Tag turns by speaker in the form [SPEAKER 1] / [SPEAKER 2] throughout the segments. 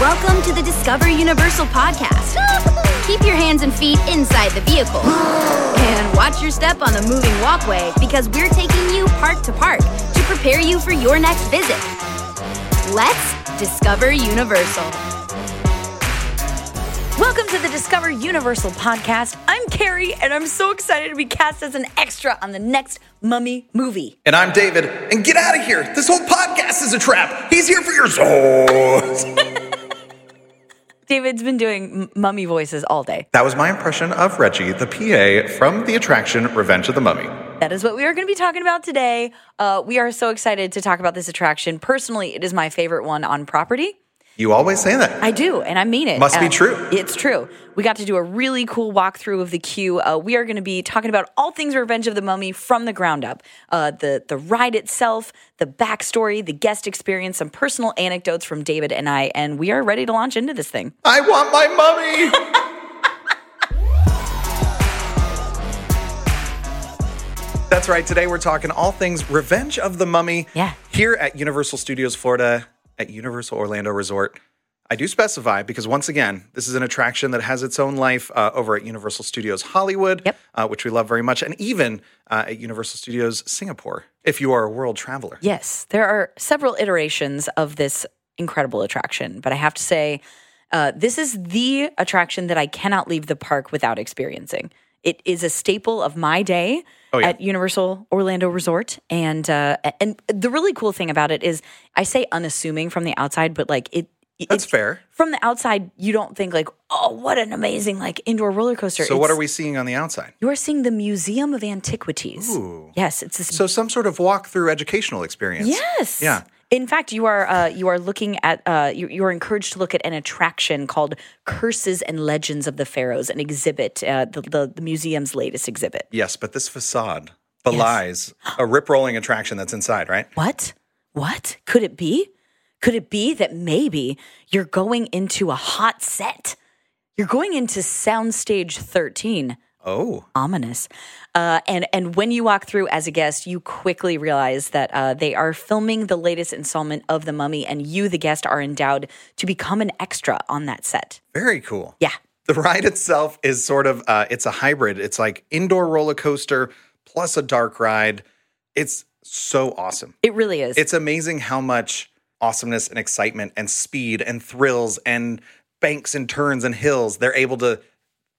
[SPEAKER 1] Welcome to the Discover Universal podcast. Keep your hands and feet inside the vehicle. And watch your step on the moving walkway because we're taking you park to park to prepare you for your next visit. Let's discover Universal.
[SPEAKER 2] Welcome to the Discover Universal podcast. I'm Carrie, and I'm so excited to be cast as an extra on the next Mummy movie.
[SPEAKER 3] And I'm David. And get out of here. This whole podcast is a trap. He's here for your souls.
[SPEAKER 2] David's been doing m- mummy voices all day.
[SPEAKER 3] that was my impression of Reggie, the PA from the attraction Revenge of the Mummy.
[SPEAKER 2] That is what we are going to be talking about today. Uh, we are so excited to talk about this attraction. Personally, it is my favorite one on property.
[SPEAKER 3] You always say that.
[SPEAKER 2] I do, and I mean it. Um,
[SPEAKER 3] Must be true.
[SPEAKER 2] It's true. We got to do a really cool walkthrough of the queue. Uh, we are going to be talking about all things Revenge of the Mummy from the ground up. Uh, the the ride itself, the backstory, the guest experience, some personal anecdotes from David and I, and we are ready to launch into this thing.
[SPEAKER 3] I want my mummy. That's right. Today we're talking all things Revenge of the Mummy.
[SPEAKER 2] Yeah.
[SPEAKER 3] Here at Universal Studios Florida at Universal Orlando Resort. I do specify because once again, this is an attraction that has its own life uh, over at Universal Studios Hollywood,
[SPEAKER 2] Yep.
[SPEAKER 3] uh, which we love very much, and even uh, at Universal Studios Singapore. If you are a world traveler,
[SPEAKER 2] Yes, there are several iterations of this incredible attraction, but I have to say, uh, this is the attraction that I cannot leave the park without experiencing. It is a staple of my day
[SPEAKER 3] Oh, yeah.
[SPEAKER 2] at Universal Orlando Resort, and uh, and the really cool thing about it is, I say unassuming from the outside, but like it. it's-
[SPEAKER 3] that's fair.
[SPEAKER 2] From the outside, you don't think like, oh, what an amazing like indoor roller coaster.
[SPEAKER 3] So, what
[SPEAKER 2] It's-
[SPEAKER 3] are we seeing on the outside?
[SPEAKER 2] You are seeing the Museum of Antiquities. Yes, it's this
[SPEAKER 3] So, some sort of walkthrough educational experience.
[SPEAKER 2] Yes.
[SPEAKER 3] Yeah.
[SPEAKER 2] In fact, you are uh, you are looking at uh, you, you are encouraged to look at an attraction called "Curses and Legends of the Pharaohs," an exhibit, uh, the, the the museum's latest exhibit.
[SPEAKER 3] Yes, but this facade belies a rip rolling attraction that's inside, right?
[SPEAKER 2] What? What could it be? Could it be that maybe you're going into a hot set? You're going into Soundstage 13.
[SPEAKER 3] Oh,
[SPEAKER 2] ominous. Uh, and and when you walk through as a guest, you quickly realize that uh, they are filming the latest installment of The Mummy, and you, the guest, are endowed to become an extra on that set.
[SPEAKER 3] very cool.
[SPEAKER 2] Yeah,
[SPEAKER 3] The ride itself is sort of uh, it's a hybrid. It's like indoor roller coaster plus a dark ride. It's so awesome.
[SPEAKER 2] it really is.
[SPEAKER 3] It's amazing how much awesomeness and excitement and speed and thrills and banks and turns and hills they're able to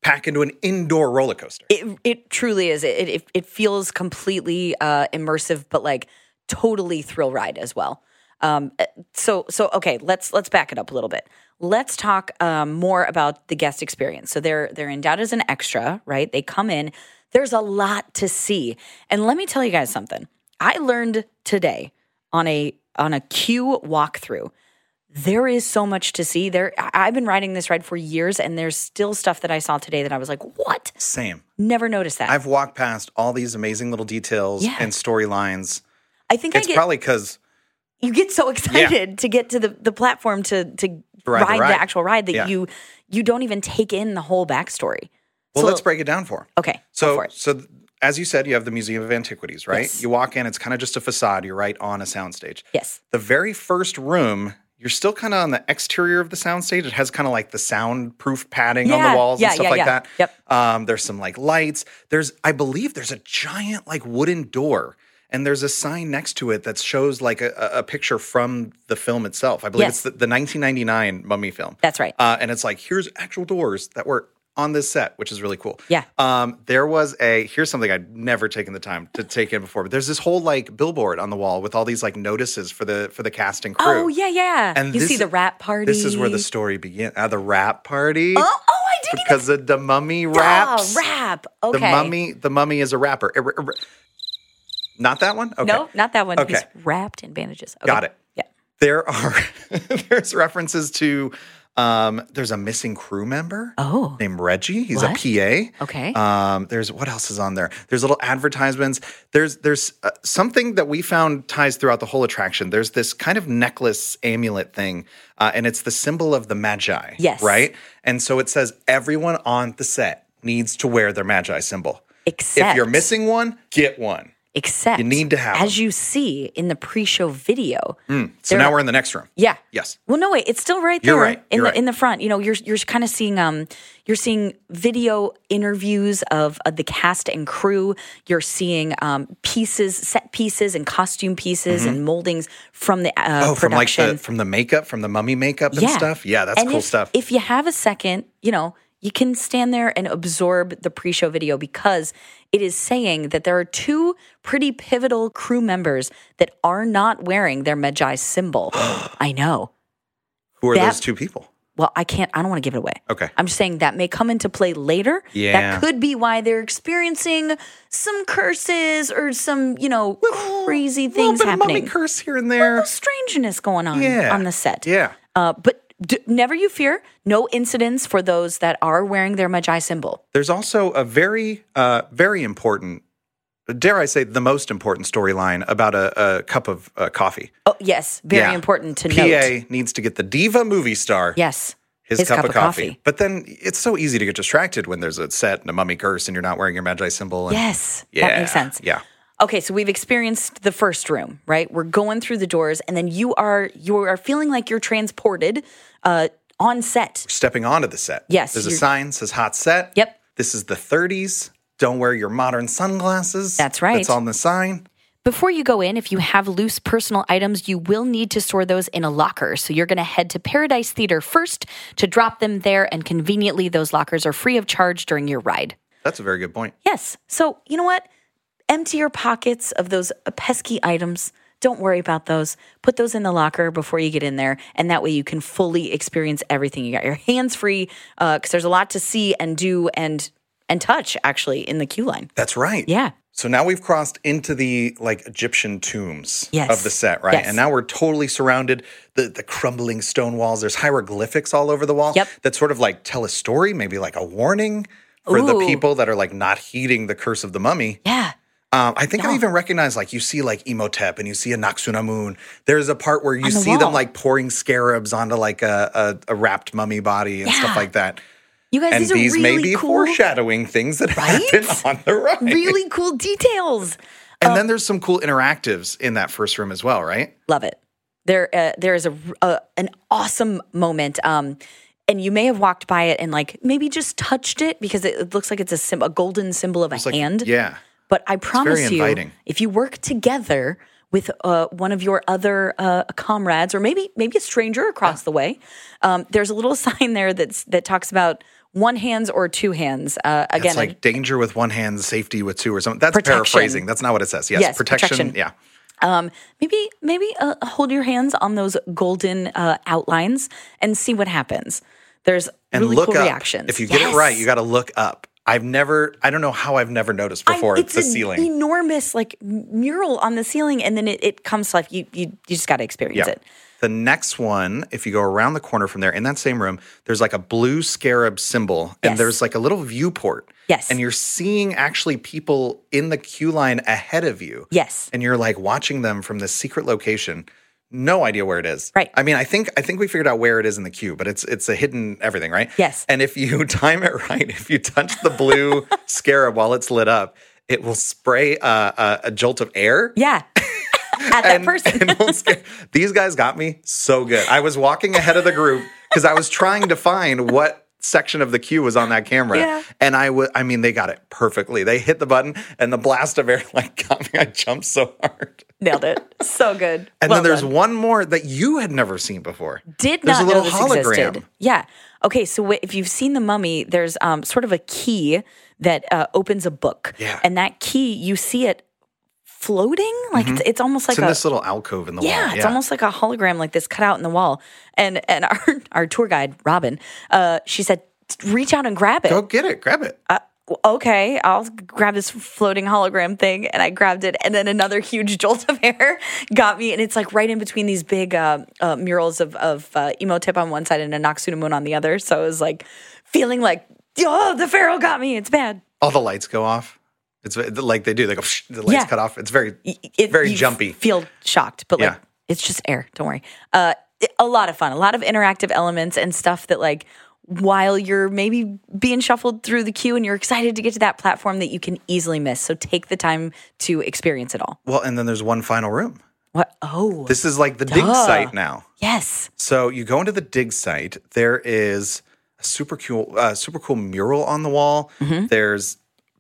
[SPEAKER 3] pack into an indoor roller coaster.
[SPEAKER 2] it, it truly is. It it, it feels completely uh, immersive, but like totally thrill ride as well. Um, uh, so so okay, let's let's back it up a little bit. Let's talk um, more about the guest experience. So they're they're endowed as an extra, right? They come in. There's a lot to see, and let me tell you guys something. I learned today on a on a queue walkthrough there is so much to see there I- i've been riding this ride for years and there's still stuff that i saw today that i was like what
[SPEAKER 3] Same.
[SPEAKER 2] Never noticed that. i
[SPEAKER 3] I've walked past all these amazing little details
[SPEAKER 2] Yeah.
[SPEAKER 3] and storylines.
[SPEAKER 2] think I
[SPEAKER 3] It's
[SPEAKER 2] get
[SPEAKER 3] probably because
[SPEAKER 2] you get so excited to get to the, the platform to to
[SPEAKER 3] Ride
[SPEAKER 2] ride,
[SPEAKER 3] the ride.
[SPEAKER 2] the actual ride that
[SPEAKER 3] Yeah.
[SPEAKER 2] you you don't even take in the whole backstory.
[SPEAKER 3] well,
[SPEAKER 2] So-
[SPEAKER 3] let's break it down for 'em.
[SPEAKER 2] Okay, go
[SPEAKER 3] So,
[SPEAKER 2] for it.
[SPEAKER 3] so th- as you said, you have the Museum of Antiquities, right?
[SPEAKER 2] Yes.
[SPEAKER 3] You walk in, it's kind of just a facade. You're right on a soundstage.
[SPEAKER 2] Yes,
[SPEAKER 3] The very first room, you're still kind of on the exterior of the soundstage. It has kind of like the soundproof padding on
[SPEAKER 2] Yeah,
[SPEAKER 3] the walls
[SPEAKER 2] yeah,
[SPEAKER 3] and stuff
[SPEAKER 2] yeah,
[SPEAKER 3] like
[SPEAKER 2] yeah.
[SPEAKER 3] that.
[SPEAKER 2] Yep.
[SPEAKER 3] Um, there's some like lights. There's, I believe, there's a giant like wooden door. And there's a sign next to it that shows like a, a a picture from the film itself. I believe
[SPEAKER 2] Yes.
[SPEAKER 3] it's the, the 1999 Mummy film.
[SPEAKER 2] that's right.
[SPEAKER 3] Uh, and it's like, here's actual doors that were on this set, which is really cool.
[SPEAKER 2] Yeah.
[SPEAKER 3] Um, there was a, here's something I'd never taken the time to take in before, but there's this whole like billboard on the wall with all these like notices for the, for the cast and crew.
[SPEAKER 2] oh yeah, yeah.
[SPEAKER 3] And
[SPEAKER 2] you
[SPEAKER 3] this-
[SPEAKER 2] see the rap party.
[SPEAKER 3] This is where the story begins. Uh, the rap party.
[SPEAKER 2] oh, oh I did
[SPEAKER 3] Because of the mummy
[SPEAKER 2] get
[SPEAKER 3] raps.
[SPEAKER 2] Oh, rap. Okay.
[SPEAKER 3] The mummy, the mummy is a rapper. Er- er- er- Not that one? Okay.
[SPEAKER 2] No, not that one.
[SPEAKER 3] Okay.
[SPEAKER 2] He's wrapped in bandages. Okay.
[SPEAKER 3] Got it.
[SPEAKER 2] Yeah.
[SPEAKER 3] There are, there's references to, um, there's a missing crew member.
[SPEAKER 2] Oh.
[SPEAKER 3] Named Reggie. He's
[SPEAKER 2] What?
[SPEAKER 3] a PA.
[SPEAKER 2] Okay.
[SPEAKER 3] Um, there's what else is on there? There's little advertisements. There's there's uh, something that we found ties throughout the whole attraction. There's this kind of necklace amulet thing, uh, and it's the symbol of the Magi.
[SPEAKER 2] Yes.
[SPEAKER 3] Right. And so it says everyone on the set needs to wear their Magi symbol.
[SPEAKER 2] Except
[SPEAKER 3] if you're missing one, get one.
[SPEAKER 2] Except
[SPEAKER 3] You need to have
[SPEAKER 2] as
[SPEAKER 3] them. Mm.
[SPEAKER 2] you see in the pre-show video.
[SPEAKER 3] So
[SPEAKER 2] there-
[SPEAKER 3] now we're in the next room.
[SPEAKER 2] Yeah.
[SPEAKER 3] Yes.
[SPEAKER 2] Well, no, wait. It's still right there
[SPEAKER 3] You're right,
[SPEAKER 2] in
[SPEAKER 3] you're
[SPEAKER 2] the
[SPEAKER 3] right.
[SPEAKER 2] in the front. You know, you're you're kind of seeing um you're seeing video interviews of, of the cast and crew. You're seeing um pieces, set pieces, and costume pieces and moldings from the uh,
[SPEAKER 3] Mm-hmm. Oh, from like
[SPEAKER 2] production.
[SPEAKER 3] the from the makeup, from the mummy makeup and stuff. Yeah, that's
[SPEAKER 2] And
[SPEAKER 3] cool
[SPEAKER 2] if-
[SPEAKER 3] stuff.
[SPEAKER 2] If you have a second, you know, you can stand there and absorb the pre show video because it is saying that there are two pretty pivotal crew members that are not wearing their Medjai symbol. I know.
[SPEAKER 3] Who are
[SPEAKER 2] that-
[SPEAKER 3] those two people?
[SPEAKER 2] Well, I can't, I don't want to give it away.
[SPEAKER 3] Okay.
[SPEAKER 2] I'm just saying that may come into play later.
[SPEAKER 3] Yeah.
[SPEAKER 2] That could be why they're experiencing some curses or some, you know, crazy things
[SPEAKER 3] little bit Of
[SPEAKER 2] happening.
[SPEAKER 3] mummy curse here and there.
[SPEAKER 2] strangeness going on
[SPEAKER 3] Yeah.
[SPEAKER 2] on the set.
[SPEAKER 3] Yeah.
[SPEAKER 2] Uh, but d- never you fear, no incidents for those that are wearing their Magi symbol.
[SPEAKER 3] There's also a very, uh, very important, dare I say, the most important storyline about a, a cup of uh, coffee.
[SPEAKER 2] Oh, yes, very
[SPEAKER 3] Yeah.
[SPEAKER 2] important to
[SPEAKER 3] PA
[SPEAKER 2] note.
[SPEAKER 3] needs to get the diva movie star
[SPEAKER 2] Yes.
[SPEAKER 3] his, cup, of coffee. But then it's so easy to get distracted when there's a set and a mummy curse and you're not wearing your magi symbol. And
[SPEAKER 2] Yes,
[SPEAKER 3] Yeah.
[SPEAKER 2] that makes sense.
[SPEAKER 3] Yeah.
[SPEAKER 2] Okay, so we've experienced the first room, right? We're going through the doors, and then you are you are feeling like you're transported uh, on set.
[SPEAKER 3] Stepping onto the set.
[SPEAKER 2] Yes,
[SPEAKER 3] There's a
[SPEAKER 2] you're-
[SPEAKER 3] sign says hot set.
[SPEAKER 2] Yep.
[SPEAKER 3] This is the 30s. Don't wear your modern sunglasses.
[SPEAKER 2] That's right.
[SPEAKER 3] It's on the sign.
[SPEAKER 2] Before you go in, if you have loose personal items, you will need to store those in a locker. So you're going to head to Paradise Theater first to drop them there, and conveniently, those lockers are free of charge during your ride.
[SPEAKER 3] That's a very good point.
[SPEAKER 2] Yes. So, you know what? Empty your pockets of those uh, pesky items. Don't worry about those. Put those in the locker before you get in there. And that way you can fully experience everything. You got your hands free because there's a lot to see and do and and touch actually in the queue line.
[SPEAKER 3] That's right.
[SPEAKER 2] Yeah.
[SPEAKER 3] So now we've crossed into the like Egyptian tombs
[SPEAKER 2] Yes.
[SPEAKER 3] of the set, right?
[SPEAKER 2] Yes.
[SPEAKER 3] And now we're totally surrounded the the crumbling stone walls. There's hieroglyphics all over the wall
[SPEAKER 2] Yep.
[SPEAKER 3] that sort of like tell a story, maybe like a warning for the
[SPEAKER 2] Ooh.
[SPEAKER 3] people that are like not heeding the curse of the mummy.
[SPEAKER 2] Yeah.
[SPEAKER 3] Um, I think I even recognize like you see like Imhotep and you see a Naxuna moon. There's a part where you
[SPEAKER 2] On the
[SPEAKER 3] see
[SPEAKER 2] wall.
[SPEAKER 3] them like pouring scarabs onto like a, a, a wrapped mummy body and
[SPEAKER 2] Yeah.
[SPEAKER 3] stuff like that.
[SPEAKER 2] You guys,
[SPEAKER 3] And
[SPEAKER 2] these are
[SPEAKER 3] these
[SPEAKER 2] really
[SPEAKER 3] may be
[SPEAKER 2] cool,
[SPEAKER 3] foreshadowing things that happen on the right.
[SPEAKER 2] really cool details.
[SPEAKER 3] And
[SPEAKER 2] Um,
[SPEAKER 3] then there's some cool interactives in that first room as well, right?
[SPEAKER 2] Love it. There, uh, there is a, a an awesome moment. Um, and you may have walked by it and like maybe just touched it because it, it looks like it's a sim- a golden symbol of a
[SPEAKER 3] Like,
[SPEAKER 2] hand.
[SPEAKER 3] Yeah.
[SPEAKER 2] But I promise you,
[SPEAKER 3] inviting.
[SPEAKER 2] if you work together with uh, one of your other uh, comrades, or maybe maybe a stranger across the way, um, there's a little sign there that's that talks about one hands or two hands. Uh, again,
[SPEAKER 3] It's like danger with one hand, safety with two or something. That's
[SPEAKER 2] Protection.
[SPEAKER 3] paraphrasing. That's not what it says. Yes,
[SPEAKER 2] Yes,
[SPEAKER 3] protection.
[SPEAKER 2] protection.
[SPEAKER 3] Yeah.
[SPEAKER 2] um, maybe maybe uh, hold your hands on those golden uh, outlines and see what happens. There's
[SPEAKER 3] And
[SPEAKER 2] really
[SPEAKER 3] look
[SPEAKER 2] cool
[SPEAKER 3] up.
[SPEAKER 2] reactions.
[SPEAKER 3] If you get
[SPEAKER 2] Yes.
[SPEAKER 3] it right, you got to look up. I've never, I don't know how I've never noticed
[SPEAKER 2] I-
[SPEAKER 3] before
[SPEAKER 2] it's
[SPEAKER 3] the
[SPEAKER 2] an
[SPEAKER 3] ceiling.
[SPEAKER 2] enormous like mural on the ceiling, and then it, it comes to life. You you, you just got to experience it.
[SPEAKER 3] The next one, if you go around the corner from there in that same room, there's like a blue scarab symbol and
[SPEAKER 2] Yes.
[SPEAKER 3] there's like a little viewport.
[SPEAKER 2] Yes.
[SPEAKER 3] And you're seeing actually people in the queue line ahead of you.
[SPEAKER 2] Yes.
[SPEAKER 3] And you're like watching them from this secret location. No idea where it is.
[SPEAKER 2] Right.
[SPEAKER 3] I mean, I think I think we figured out where it is in the queue, but it's it's a hidden everything, right?
[SPEAKER 2] Yes.
[SPEAKER 3] And if you time it right, if you touch the blue scarab while it's lit up, it will spray uh, a, a jolt of air
[SPEAKER 2] Yeah. At that
[SPEAKER 3] and-
[SPEAKER 2] person.
[SPEAKER 3] and we'll scare- these guys got me so good. I was walking ahead of the group because I was trying to find what section of the queue was on that camera.
[SPEAKER 2] Yeah.
[SPEAKER 3] And I would, I mean, they got it perfectly. They hit the button and the blast of air like got me. I jumped so hard.
[SPEAKER 2] Nailed it. So good.
[SPEAKER 3] And
[SPEAKER 2] Well
[SPEAKER 3] then there's
[SPEAKER 2] done.
[SPEAKER 3] one more that you had never seen before.
[SPEAKER 2] did
[SPEAKER 3] there's
[SPEAKER 2] not
[SPEAKER 3] a little
[SPEAKER 2] know this
[SPEAKER 3] hologram.
[SPEAKER 2] existed. Yeah. Okay. So wh- if you've seen the mummy, there's um, sort of a key that uh, opens a book.
[SPEAKER 3] Yeah.
[SPEAKER 2] And that key, you see it floating. Like it's, it's almost like
[SPEAKER 3] Mm-hmm. It's
[SPEAKER 2] a
[SPEAKER 3] in this little alcove in the
[SPEAKER 2] yeah,
[SPEAKER 3] wall.
[SPEAKER 2] it's almost like a hologram, like this cut out in the wall. And and our our tour guide Robin, uh, she said, reach out and grab it.
[SPEAKER 3] Go get it. Grab it.
[SPEAKER 2] Uh, okay, I'll grab this floating hologram thing. And I grabbed it. And then another huge jolt of air got me. And it's like right in between these big uh, uh, murals of, of uh, Emotep on one side and a Noxuna moon on the other. So it was like feeling like, oh, the Pharaoh got me. It's bad.
[SPEAKER 3] All the lights go off. It's ve- like they do. They go, psh, the lights
[SPEAKER 2] Yeah.
[SPEAKER 3] cut off. It's very,
[SPEAKER 2] It-
[SPEAKER 3] very
[SPEAKER 2] you
[SPEAKER 3] jumpy.
[SPEAKER 2] f- Feel shocked, but like
[SPEAKER 3] Yeah.
[SPEAKER 2] it's just air. Don't worry. Uh, it- a lot of fun, a lot of interactive elements and stuff that like while you're maybe being shuffled through the queue and you're excited to get to that platform that you can easily miss. So take the time to experience it all.
[SPEAKER 3] Well, and then there's one final room.
[SPEAKER 2] What? Oh,
[SPEAKER 3] This is like the dig
[SPEAKER 2] Duh.
[SPEAKER 3] site now.
[SPEAKER 2] yes.
[SPEAKER 3] So you go into the dig site. There is a super cool, uh, super cool mural on the wall.
[SPEAKER 2] Mm-hmm.
[SPEAKER 3] There's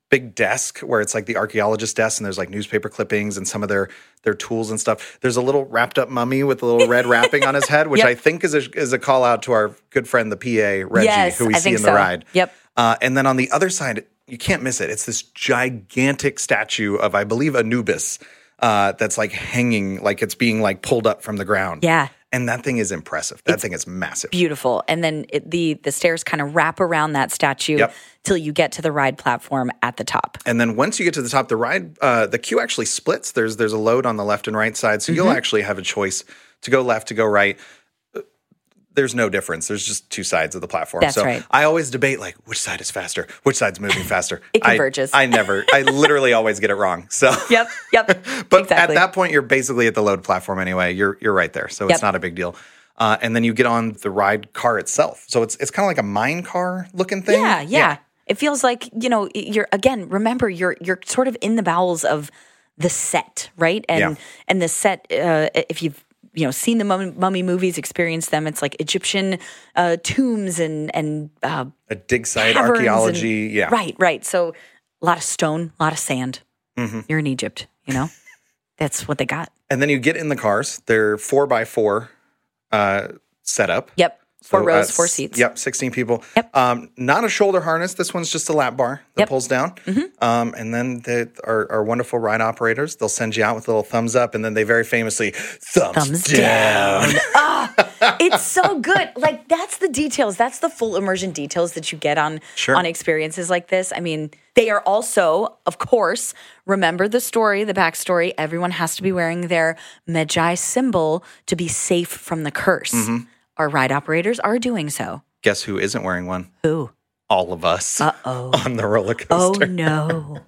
[SPEAKER 3] big desk where it's like the archaeologist desk, and there's like newspaper clippings and some of their their tools and stuff. There's a little wrapped up mummy with a little red wrapping on his head, which
[SPEAKER 2] Yep.
[SPEAKER 3] I think is a, is a call out to our good friend the PA Reggie,
[SPEAKER 2] Yes,
[SPEAKER 3] who we
[SPEAKER 2] I
[SPEAKER 3] see
[SPEAKER 2] think
[SPEAKER 3] in
[SPEAKER 2] so.
[SPEAKER 3] the ride.
[SPEAKER 2] Yep.
[SPEAKER 3] Uh, and then on the other side, you can't miss it. It's this gigantic statue of, I believe, Anubis. Uh, that's like hanging, like it's being like pulled up from the ground.
[SPEAKER 2] Yeah.
[SPEAKER 3] And that thing is impressive. That thing is massive.
[SPEAKER 2] Beautiful. And then it, the the stairs kind of wrap around that statue
[SPEAKER 3] Yep.
[SPEAKER 2] till you get to the ride platform at the top.
[SPEAKER 3] And then once you get to the top, the ride, uh, the queue actually splits. There's there's a load on the left and right side, so you'll
[SPEAKER 2] Mm-hmm.
[SPEAKER 3] actually have a choice to go left to go right. Uh, There's no difference. There's just two sides of the platform.
[SPEAKER 2] That's
[SPEAKER 3] so
[SPEAKER 2] right.
[SPEAKER 3] I always debate like which side is faster, which side's moving faster.
[SPEAKER 2] It
[SPEAKER 3] I-
[SPEAKER 2] converges.
[SPEAKER 3] I, never. I literally always get it wrong. So
[SPEAKER 2] Yep. Yep.
[SPEAKER 3] but
[SPEAKER 2] exactly.
[SPEAKER 3] at that point, you're basically at the load platform anyway. You're you're right there, so
[SPEAKER 2] Yep.
[SPEAKER 3] it's not a big deal. Uh, and then you get on the ride car itself. So it's it's kind of like a mine car looking thing.
[SPEAKER 2] Yeah, yeah. It feels like you know you're again. Remember, you're you're sort of in the bowels of the set, right? And
[SPEAKER 3] Yeah.
[SPEAKER 2] and the set, uh, if you've you know seen the mummy, mummy movies, experienced them, it's like Egyptian uh, tombs and and uh,
[SPEAKER 3] A dig site,
[SPEAKER 2] caverns and-
[SPEAKER 3] archaeology. yeah.
[SPEAKER 2] right, right. So a lot of stone, a lot of sand.
[SPEAKER 3] Mm-hmm.
[SPEAKER 2] You're in Egypt, you know. That's what they got.
[SPEAKER 3] And then you get in the cars. They're four by four uh, setup.
[SPEAKER 2] Yep, four
[SPEAKER 3] So, uh,
[SPEAKER 2] rows, four
[SPEAKER 3] s-
[SPEAKER 2] seats.
[SPEAKER 3] Yep, 16 people.
[SPEAKER 2] Yep.
[SPEAKER 3] Um, not a shoulder harness. This one's just a lap bar that
[SPEAKER 2] Yep. Mm-hmm.
[SPEAKER 3] pulls down. Um, and then the, our, our wonderful ride operators, they'll send you out with a little thumbs up. And then they very famously, thumbs,
[SPEAKER 2] Thumbs
[SPEAKER 3] down.
[SPEAKER 2] it's so good. Like that's the details. That's the full immersion details that you get on
[SPEAKER 3] Sure.
[SPEAKER 2] on experiences like this. I mean, they are also, of course, remember the story, the backstory. Everyone has to be wearing their Magi symbol to be safe from the curse.
[SPEAKER 3] Mm-hmm.
[SPEAKER 2] Our ride operators are doing so.
[SPEAKER 3] Guess who isn't wearing one?
[SPEAKER 2] Who?
[SPEAKER 3] All of us
[SPEAKER 2] Uh-oh.
[SPEAKER 3] on the roller
[SPEAKER 2] Oh
[SPEAKER 3] coaster.
[SPEAKER 2] no.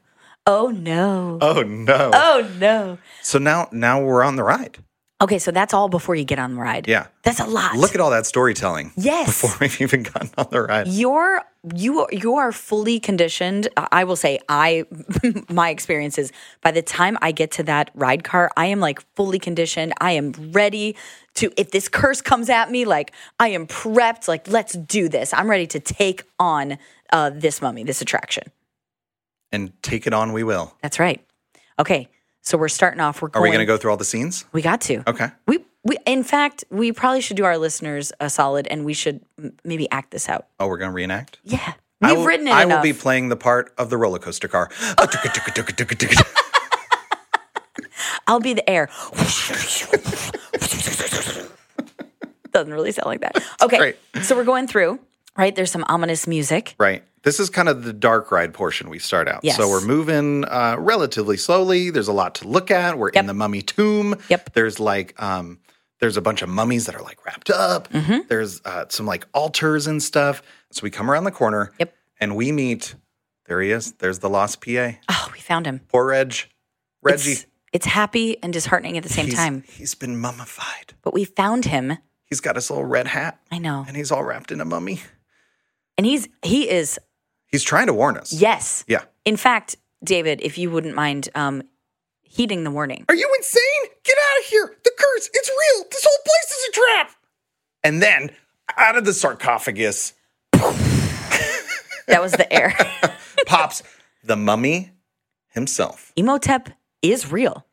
[SPEAKER 2] Oh no.
[SPEAKER 3] Oh, no.
[SPEAKER 2] Oh no.
[SPEAKER 3] So now, now we're on the ride.
[SPEAKER 2] Okay, so that's all before you get on the ride.
[SPEAKER 3] Yeah.
[SPEAKER 2] That's a lot.
[SPEAKER 3] Look at all that storytelling.
[SPEAKER 2] Yes.
[SPEAKER 3] Before we've even gotten on the ride.
[SPEAKER 2] you're you are- you are fully conditioned Uh, I- i will say i my experience is by the time i get to that ride car i am like fully conditioned i am ready to if this curse comes at me like i am prepped like let's do this i'm ready to take on uh, this mummy this attraction
[SPEAKER 3] And take it on, we will.
[SPEAKER 2] that's right okay so we're starting off we're
[SPEAKER 3] Are
[SPEAKER 2] going
[SPEAKER 3] we going to go through all the scenes?
[SPEAKER 2] we got to
[SPEAKER 3] Okay.
[SPEAKER 2] we, we in fact we probably should do our listeners a solid and we should m- maybe act this out
[SPEAKER 3] Oh, we're going to reenact.
[SPEAKER 2] yeah
[SPEAKER 3] I
[SPEAKER 2] we've
[SPEAKER 3] will-
[SPEAKER 2] written it
[SPEAKER 3] I
[SPEAKER 2] enough.
[SPEAKER 3] will be playing the part of the roller coaster car.
[SPEAKER 2] I'll be the air. Doesn't really sound like that. Okay.
[SPEAKER 3] great.
[SPEAKER 2] So we're going through, right? There's some ominous music.
[SPEAKER 3] right. This is kind of the dark ride portion we start out.
[SPEAKER 2] Yes.
[SPEAKER 3] So we're moving uh, relatively slowly. There's a lot to look at. We're in the mummy tomb.
[SPEAKER 2] Yep.
[SPEAKER 3] There's like um there's a bunch of mummies that are like wrapped up.
[SPEAKER 2] Mm-hmm.
[SPEAKER 3] There's uh, some like altars and stuff. So we come around the corner.
[SPEAKER 2] Yep.
[SPEAKER 3] And we meet. There he is. There's the lost PA.
[SPEAKER 2] Oh, we found him.
[SPEAKER 3] Poor Reg. Reggie.
[SPEAKER 2] It's, it's happy and disheartening at the same
[SPEAKER 3] He's-
[SPEAKER 2] time.
[SPEAKER 3] He's been mummified.
[SPEAKER 2] But we found him.
[SPEAKER 3] He's got his little red hat.
[SPEAKER 2] I know.
[SPEAKER 3] and he's all wrapped in a mummy.
[SPEAKER 2] And he's he is
[SPEAKER 3] He's trying to warn us.
[SPEAKER 2] yes.
[SPEAKER 3] Yeah.
[SPEAKER 2] In fact, David, if you wouldn't mind um heeding the warning.
[SPEAKER 3] Are you insane? Get out of here. The curse. It's real. This whole place is a trap. And then out of the sarcophagus
[SPEAKER 2] That was the air.
[SPEAKER 3] pops the mummy himself.
[SPEAKER 2] Emotep is real.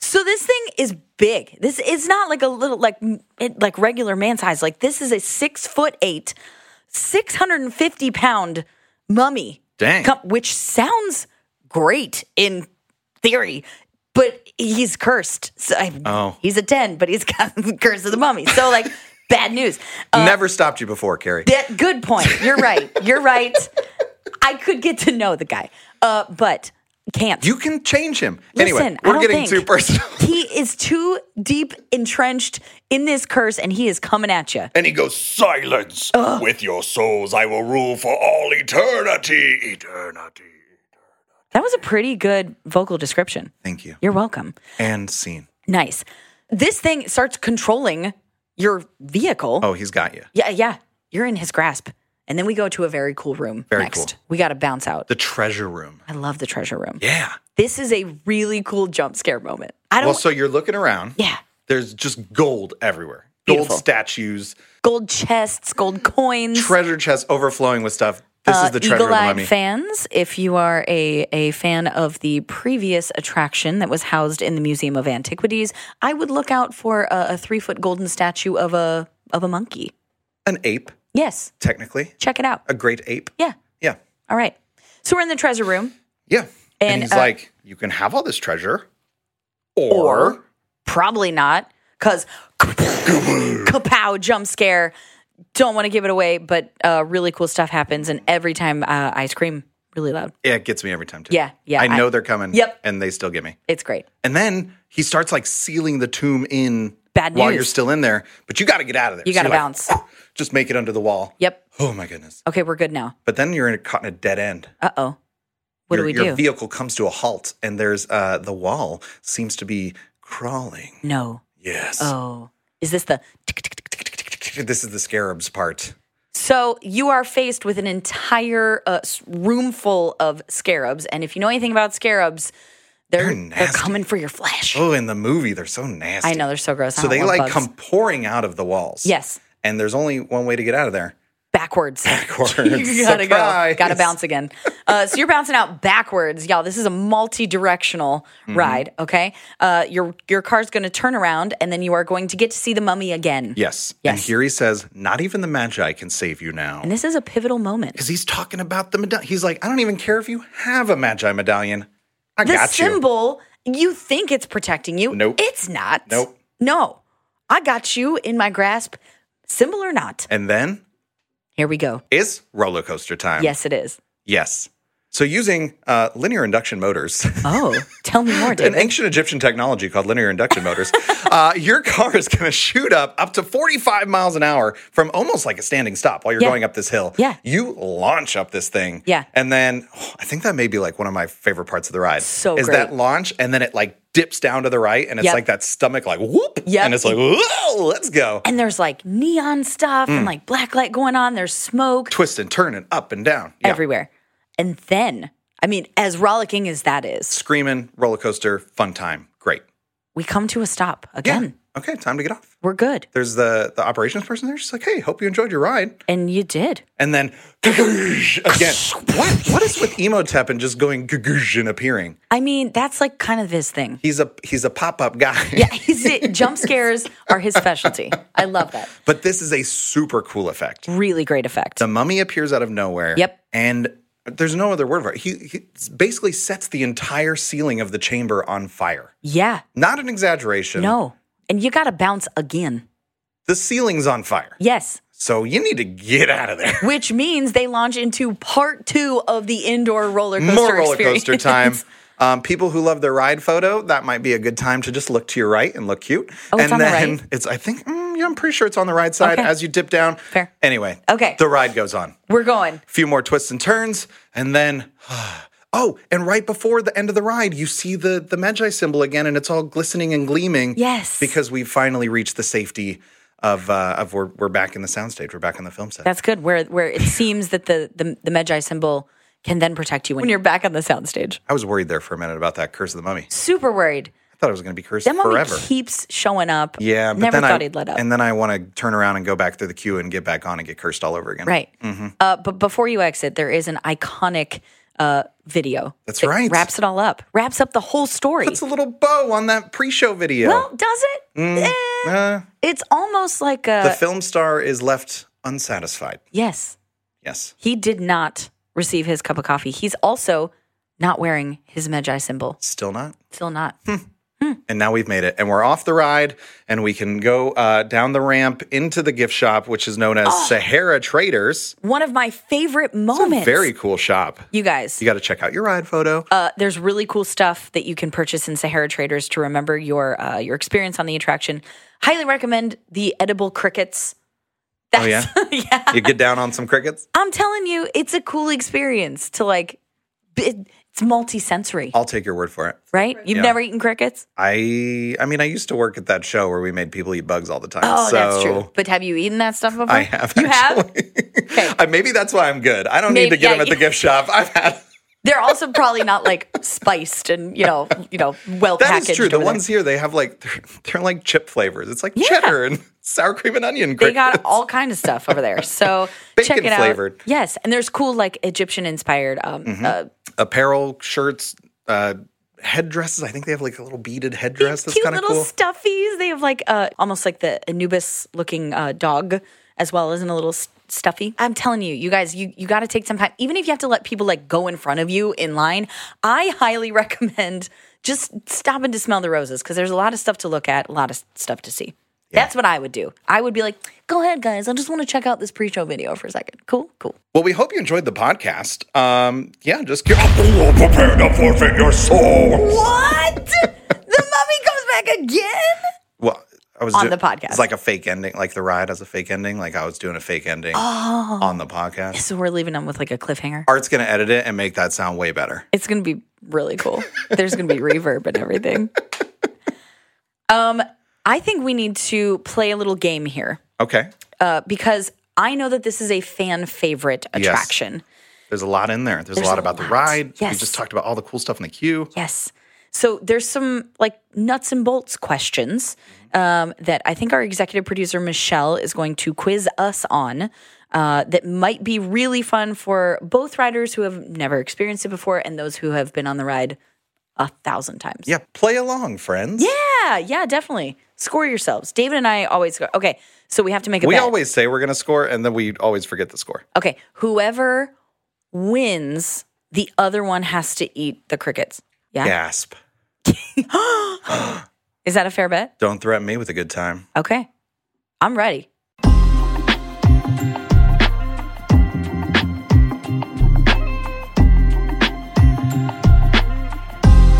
[SPEAKER 2] So this thing is big. This is not like a little like m- it- like regular man size. Like this is a six foot eight, six hundred and fifty pound mummy.
[SPEAKER 3] Dang.
[SPEAKER 2] Com- which sounds great in theory, but he's cursed. So I,
[SPEAKER 3] Oh.
[SPEAKER 2] he's a ten, but he's got the curse of the mummy. So like bad news.
[SPEAKER 3] Never stopped you before, Carrie.
[SPEAKER 2] That- good point. You're right. You're right. I could get to know the guy, uh, but can't.
[SPEAKER 3] you can change him.
[SPEAKER 2] Listen,
[SPEAKER 3] anyway,
[SPEAKER 2] I
[SPEAKER 3] we're
[SPEAKER 2] don't
[SPEAKER 3] getting
[SPEAKER 2] think-
[SPEAKER 3] too personal.
[SPEAKER 2] he is too deep entrenched in this curse and he is coming at you.
[SPEAKER 3] And he goes, Silence! With your souls, I will rule for all eternity. Eternity.
[SPEAKER 2] That was a pretty good vocal description.
[SPEAKER 3] Thank you.
[SPEAKER 2] You're welcome.
[SPEAKER 3] And scene.
[SPEAKER 2] Nice. This thing starts controlling your vehicle.
[SPEAKER 3] Oh, he's got you.
[SPEAKER 2] Yeah, yeah. You're in his grasp. And then we go to a very cool room
[SPEAKER 3] Very
[SPEAKER 2] next.
[SPEAKER 3] cool.
[SPEAKER 2] We got to bounce out.
[SPEAKER 3] The treasure room.
[SPEAKER 2] I love the treasure room.
[SPEAKER 3] Yeah.
[SPEAKER 2] This is a really cool jump scare moment. I don't.
[SPEAKER 3] Well, so you're looking around.
[SPEAKER 2] yeah.
[SPEAKER 3] There's just gold everywhere. Gold
[SPEAKER 2] Beautiful.
[SPEAKER 3] statues,
[SPEAKER 2] Gold chests, gold coins.
[SPEAKER 3] treasure chests overflowing with stuff. This is the treasure
[SPEAKER 2] Eagle
[SPEAKER 3] room,
[SPEAKER 2] Eyed
[SPEAKER 3] Lemmy.
[SPEAKER 2] fans, if you are a, a fan of the previous attraction that was housed in the Museum of Antiquities, I would look out for a, a three foot golden statue of a of a monkey.
[SPEAKER 3] An ape,
[SPEAKER 2] Yes,
[SPEAKER 3] technically.
[SPEAKER 2] check it out.
[SPEAKER 3] A great ape.
[SPEAKER 2] Yeah,
[SPEAKER 3] Yeah.
[SPEAKER 2] all right. So we're in the treasure room.
[SPEAKER 3] Yeah. And,
[SPEAKER 2] And,
[SPEAKER 3] he's
[SPEAKER 2] uh,
[SPEAKER 3] like, you can have all this treasure. Or,
[SPEAKER 2] Probably not, because kapow jump scare. Don't want to give it away, but uh, really cool stuff happens, and every time uh, I scream really loud,
[SPEAKER 3] yeah, it gets me every time too.
[SPEAKER 2] Yeah, yeah,
[SPEAKER 3] I
[SPEAKER 2] I-
[SPEAKER 3] know they're coming.
[SPEAKER 2] Yep.
[SPEAKER 3] And they still get me.
[SPEAKER 2] it's great.
[SPEAKER 3] And then he starts like sealing the tomb in
[SPEAKER 2] Bad
[SPEAKER 3] while
[SPEAKER 2] news.
[SPEAKER 3] you're still in there, but you got to get out of there.
[SPEAKER 2] You gotta
[SPEAKER 3] you're like,
[SPEAKER 2] bounce.
[SPEAKER 3] just make it under the wall.
[SPEAKER 2] Yep.
[SPEAKER 3] Oh my goodness.
[SPEAKER 2] Okay, we're good now.
[SPEAKER 3] But then you're in, caught in a dead end.
[SPEAKER 2] Uh oh, what
[SPEAKER 3] your,
[SPEAKER 2] do we do?
[SPEAKER 3] Your vehicle comes to a halt, and there's uh, the wall seems to be crawling.
[SPEAKER 2] no.
[SPEAKER 3] Yes.
[SPEAKER 2] Oh, is this the?
[SPEAKER 3] This is the scarabs part.
[SPEAKER 2] So you are faced with an entire uh, s- room full of scarabs, and if you know anything about scarabs, they're
[SPEAKER 3] They're
[SPEAKER 2] they're,
[SPEAKER 3] nasty.
[SPEAKER 2] coming for your flesh.
[SPEAKER 3] Oh, in the movie, they're so nasty.
[SPEAKER 2] I know they're so gross. I
[SPEAKER 3] So
[SPEAKER 2] don't
[SPEAKER 3] they
[SPEAKER 2] want
[SPEAKER 3] like
[SPEAKER 2] bugs.
[SPEAKER 3] come pouring out of the walls.
[SPEAKER 2] Yes.
[SPEAKER 3] And there's only one way to get out of there.
[SPEAKER 2] backwards.
[SPEAKER 3] Backwards.
[SPEAKER 2] you gotta
[SPEAKER 3] Surprise.
[SPEAKER 2] go. Gotta bounce again. Uh, so you're bouncing out backwards, y'all. This is a multi-directional
[SPEAKER 3] Mm-hmm.
[SPEAKER 2] ride. Okay, uh, your your car's gonna turn around, and then you are going to get to see the mummy again.
[SPEAKER 3] Yes. And
[SPEAKER 2] Yes.
[SPEAKER 3] here he says, not even the Magi can save you now.
[SPEAKER 2] And this is a pivotal moment.
[SPEAKER 3] Because he's talking about the medallion. He's like, I don't even care if you have a Magi medallion. I
[SPEAKER 2] the
[SPEAKER 3] got
[SPEAKER 2] symbol you think it's protecting you
[SPEAKER 3] Nope.
[SPEAKER 2] it's not
[SPEAKER 3] Nope.
[SPEAKER 2] no i got you in my grasp symbol or not
[SPEAKER 3] you. And then
[SPEAKER 2] here we go
[SPEAKER 3] is roller coaster time.
[SPEAKER 2] yes it is
[SPEAKER 3] Yes. So using uh, linear induction motors.
[SPEAKER 2] oh tell me more
[SPEAKER 3] an
[SPEAKER 2] David.
[SPEAKER 3] ancient Egyptian technology called linear induction motors, uh, your car is going to shoot up up to 45 miles an hour from almost like a standing stop while you're
[SPEAKER 2] Yeah.
[SPEAKER 3] going up this hill.
[SPEAKER 2] Yeah.
[SPEAKER 3] You launch up this thing.
[SPEAKER 2] Yeah.
[SPEAKER 3] And then oh, I think that may be like one of my favorite parts of the ride.
[SPEAKER 2] So
[SPEAKER 3] is
[SPEAKER 2] great.
[SPEAKER 3] that launch and then it like dips down to the right and it's
[SPEAKER 2] Yep.
[SPEAKER 3] like that stomach like whoop.
[SPEAKER 2] Yep.
[SPEAKER 3] And it's like, whoa, let's go.
[SPEAKER 2] and there's like neon stuff
[SPEAKER 3] Mm.
[SPEAKER 2] and like black light going on there's smoke
[SPEAKER 3] Twist and turn and up and down. Yeah.
[SPEAKER 2] everywhere and then i mean as rollicking as that is
[SPEAKER 3] Screaming, roller coaster, fun time. Great.
[SPEAKER 2] we come to a stop again
[SPEAKER 3] Okay, time to get off.
[SPEAKER 2] we're good
[SPEAKER 3] There's the the operations person there. She's like, hey, hope you enjoyed your ride.
[SPEAKER 2] and you did
[SPEAKER 3] and then again. What what is with Emotep and just going and appearing?
[SPEAKER 2] i mean that's like kind of his thing
[SPEAKER 3] He's a he's a pop up guy.
[SPEAKER 2] yeah he's it jump scares are his specialty i love that
[SPEAKER 3] But this is a super cool effect.
[SPEAKER 2] really great effect
[SPEAKER 3] The mummy appears out of nowhere.
[SPEAKER 2] Yep.
[SPEAKER 3] And there's no other word for it. He, he basically sets the entire ceiling of the chamber on fire.
[SPEAKER 2] Yeah.
[SPEAKER 3] Not an exaggeration.
[SPEAKER 2] No. And you got to bounce again.
[SPEAKER 3] The ceiling's on fire.
[SPEAKER 2] Yes.
[SPEAKER 3] So you need to get out of there.
[SPEAKER 2] Which means they launch into part two of the indoor roller coaster
[SPEAKER 3] More roller coaster
[SPEAKER 2] experience.
[SPEAKER 3] time. Um, people who love their ride photo, that might be a good time to just look to your right and look cute.
[SPEAKER 2] Oh, it's
[SPEAKER 3] and
[SPEAKER 2] on the
[SPEAKER 3] then
[SPEAKER 2] right?
[SPEAKER 3] it's, I think, mm, yeah, I'm pretty sure it's on the right side
[SPEAKER 2] Okay.
[SPEAKER 3] as you dip down.
[SPEAKER 2] Fair.
[SPEAKER 3] Anyway.
[SPEAKER 2] Okay.
[SPEAKER 3] The ride goes on. A
[SPEAKER 2] We're going.
[SPEAKER 3] few more twists and turns, and then. Oh, and right before the end of the ride, you see the the Magi symbol again, and it's all glistening and gleaming.
[SPEAKER 2] Yes.
[SPEAKER 3] because we've finally reached the safety of uh, of we're, we're back in the soundstage, we're back in the film set.
[SPEAKER 2] That's good. Where where it seems that the, the, the Medjai symbol can then protect you when you're back on the soundstage.
[SPEAKER 3] I was worried there for a minute about that curse of the mummy.
[SPEAKER 2] Super worried.
[SPEAKER 3] I thought it was going to be cursed
[SPEAKER 2] That mummy
[SPEAKER 3] forever.
[SPEAKER 2] keeps showing up.
[SPEAKER 3] Yeah, but
[SPEAKER 2] Never
[SPEAKER 3] then
[SPEAKER 2] thought
[SPEAKER 3] I,
[SPEAKER 2] he'd let up.
[SPEAKER 3] And then I want to turn around and go back through the queue and get back on and get cursed all over again.
[SPEAKER 2] right.
[SPEAKER 3] Mm-hmm.
[SPEAKER 2] Uh, but before you exit, there is an iconic uh, video.
[SPEAKER 3] That's
[SPEAKER 2] that
[SPEAKER 3] right.
[SPEAKER 2] Wraps it all up. Wraps up the whole story.
[SPEAKER 3] It's a little bow on that pre-show video.
[SPEAKER 2] well, does it? Eh.
[SPEAKER 3] Uh,
[SPEAKER 2] It's almost like a
[SPEAKER 3] the film star is left unsatisfied.
[SPEAKER 2] yes.
[SPEAKER 3] Yes.
[SPEAKER 2] He did not receive his cup of coffee. He's also not wearing his Medjai symbol.
[SPEAKER 3] Still not.
[SPEAKER 2] Still not.
[SPEAKER 3] Hmm. And now we've made it. And we're off the ride and we can go uh, down the ramp into the gift shop, which is known as
[SPEAKER 2] Ah.
[SPEAKER 3] Sahara Traders.
[SPEAKER 2] One of my favorite moments.
[SPEAKER 3] Very cool shop.
[SPEAKER 2] you guys.
[SPEAKER 3] You got to check out your ride photo.
[SPEAKER 2] Uh, there's really cool stuff that you can purchase in Sahara Traders to remember your uh, your experience on the attraction. Highly recommend the edible crickets.
[SPEAKER 3] oh, yeah.
[SPEAKER 2] yeah,
[SPEAKER 3] you get down on some crickets.
[SPEAKER 2] I'm telling you, it's a cool experience to like. It, it's multi-sensory,
[SPEAKER 3] I'll take your word for it.
[SPEAKER 2] right? You've
[SPEAKER 3] Oh. Yeah.
[SPEAKER 2] never eaten crickets?
[SPEAKER 3] I I mean, I used to work at that show where we made people eat bugs all the time.
[SPEAKER 2] Oh,
[SPEAKER 3] so
[SPEAKER 2] that's true. But have you eaten that stuff before?
[SPEAKER 3] I have.
[SPEAKER 2] You have?
[SPEAKER 3] actually.
[SPEAKER 2] Okay.
[SPEAKER 3] Uh, Maybe that's why I'm good. I don't need
[SPEAKER 2] Maybe-
[SPEAKER 3] to get
[SPEAKER 2] yeah,
[SPEAKER 3] them at the
[SPEAKER 2] you-
[SPEAKER 3] gift shop. I've had
[SPEAKER 2] They're also probably not like spiced and you know you know well
[SPEAKER 3] that
[SPEAKER 2] packaged.
[SPEAKER 3] is true. The
[SPEAKER 2] over there.
[SPEAKER 3] ones here they have like they're, they're like chip flavors. It's like cheddar and sour cream and onion.
[SPEAKER 2] they got all kind of stuff over there. So
[SPEAKER 3] Bacon
[SPEAKER 2] check it
[SPEAKER 3] flavored.
[SPEAKER 2] out. Yes, and there's cool like Egyptian inspired um,
[SPEAKER 3] Mm-hmm.
[SPEAKER 2] uh,
[SPEAKER 3] apparel, shirts, uh, headdresses. I think they have like a little beaded headdress. That's
[SPEAKER 2] cute
[SPEAKER 3] kind of
[SPEAKER 2] little
[SPEAKER 3] cool.
[SPEAKER 2] stuffies. They have like uh, almost like the Anubis looking uh, dog as well as in a little s- stuffy. I'm telling you, you guys, you you got to take some time. Even if you have to let people like go in front of you in line, I highly recommend just stopping to smell the roses because there's a lot of stuff to look at, a lot of s- stuff to see. That's what I would do. I would be like, go ahead, guys. I just want to check out this pre-show video for a second. Cool, cool.
[SPEAKER 3] Well, we hope you enjoyed the podcast. Um, yeah, just get oh, prepare to forfeit your soul.
[SPEAKER 2] What? the mummy comes back again?
[SPEAKER 3] Well, I was
[SPEAKER 2] On
[SPEAKER 3] do-
[SPEAKER 2] the podcast.
[SPEAKER 3] It's like a fake ending, like the ride has a fake ending. Like I was doing a fake ending
[SPEAKER 2] Oh.
[SPEAKER 3] on the podcast.
[SPEAKER 2] So we're leaving them with like a cliffhanger.
[SPEAKER 3] Art's gonna edit it and make that sound way better.
[SPEAKER 2] It's gonna be really cool. There's gonna be reverb and everything. Um, I think we need to play a little game here
[SPEAKER 3] Okay,
[SPEAKER 2] uh, because I know that this is a fan favorite attraction.
[SPEAKER 3] there's a lot in there. There's, a
[SPEAKER 2] There's
[SPEAKER 3] lot
[SPEAKER 2] a
[SPEAKER 3] about the
[SPEAKER 2] lot.
[SPEAKER 3] ride. We
[SPEAKER 2] Yes.
[SPEAKER 3] just talked about all the cool stuff in the queue.
[SPEAKER 2] Yes. So there's some like nuts and bolts questions um, that I think our executive producer Michelle is going to quiz us on. Uh, that might be really fun for both riders who have never experienced it before and those who have been on the ride a thousand times.
[SPEAKER 3] Yeah, play along, friends. Yeah.
[SPEAKER 2] Yeah, yeah, definitely. Score yourselves. David and I always go. Okay, so we have to make a
[SPEAKER 3] We
[SPEAKER 2] bet.
[SPEAKER 3] always say we're gonna score, and then we always forget the score.
[SPEAKER 2] okay, whoever wins, the other one has to eat the crickets. Yeah.
[SPEAKER 3] Gasp!
[SPEAKER 2] Is that a fair bet?
[SPEAKER 3] Don't threaten me with a good time.
[SPEAKER 2] Okay. I'm ready.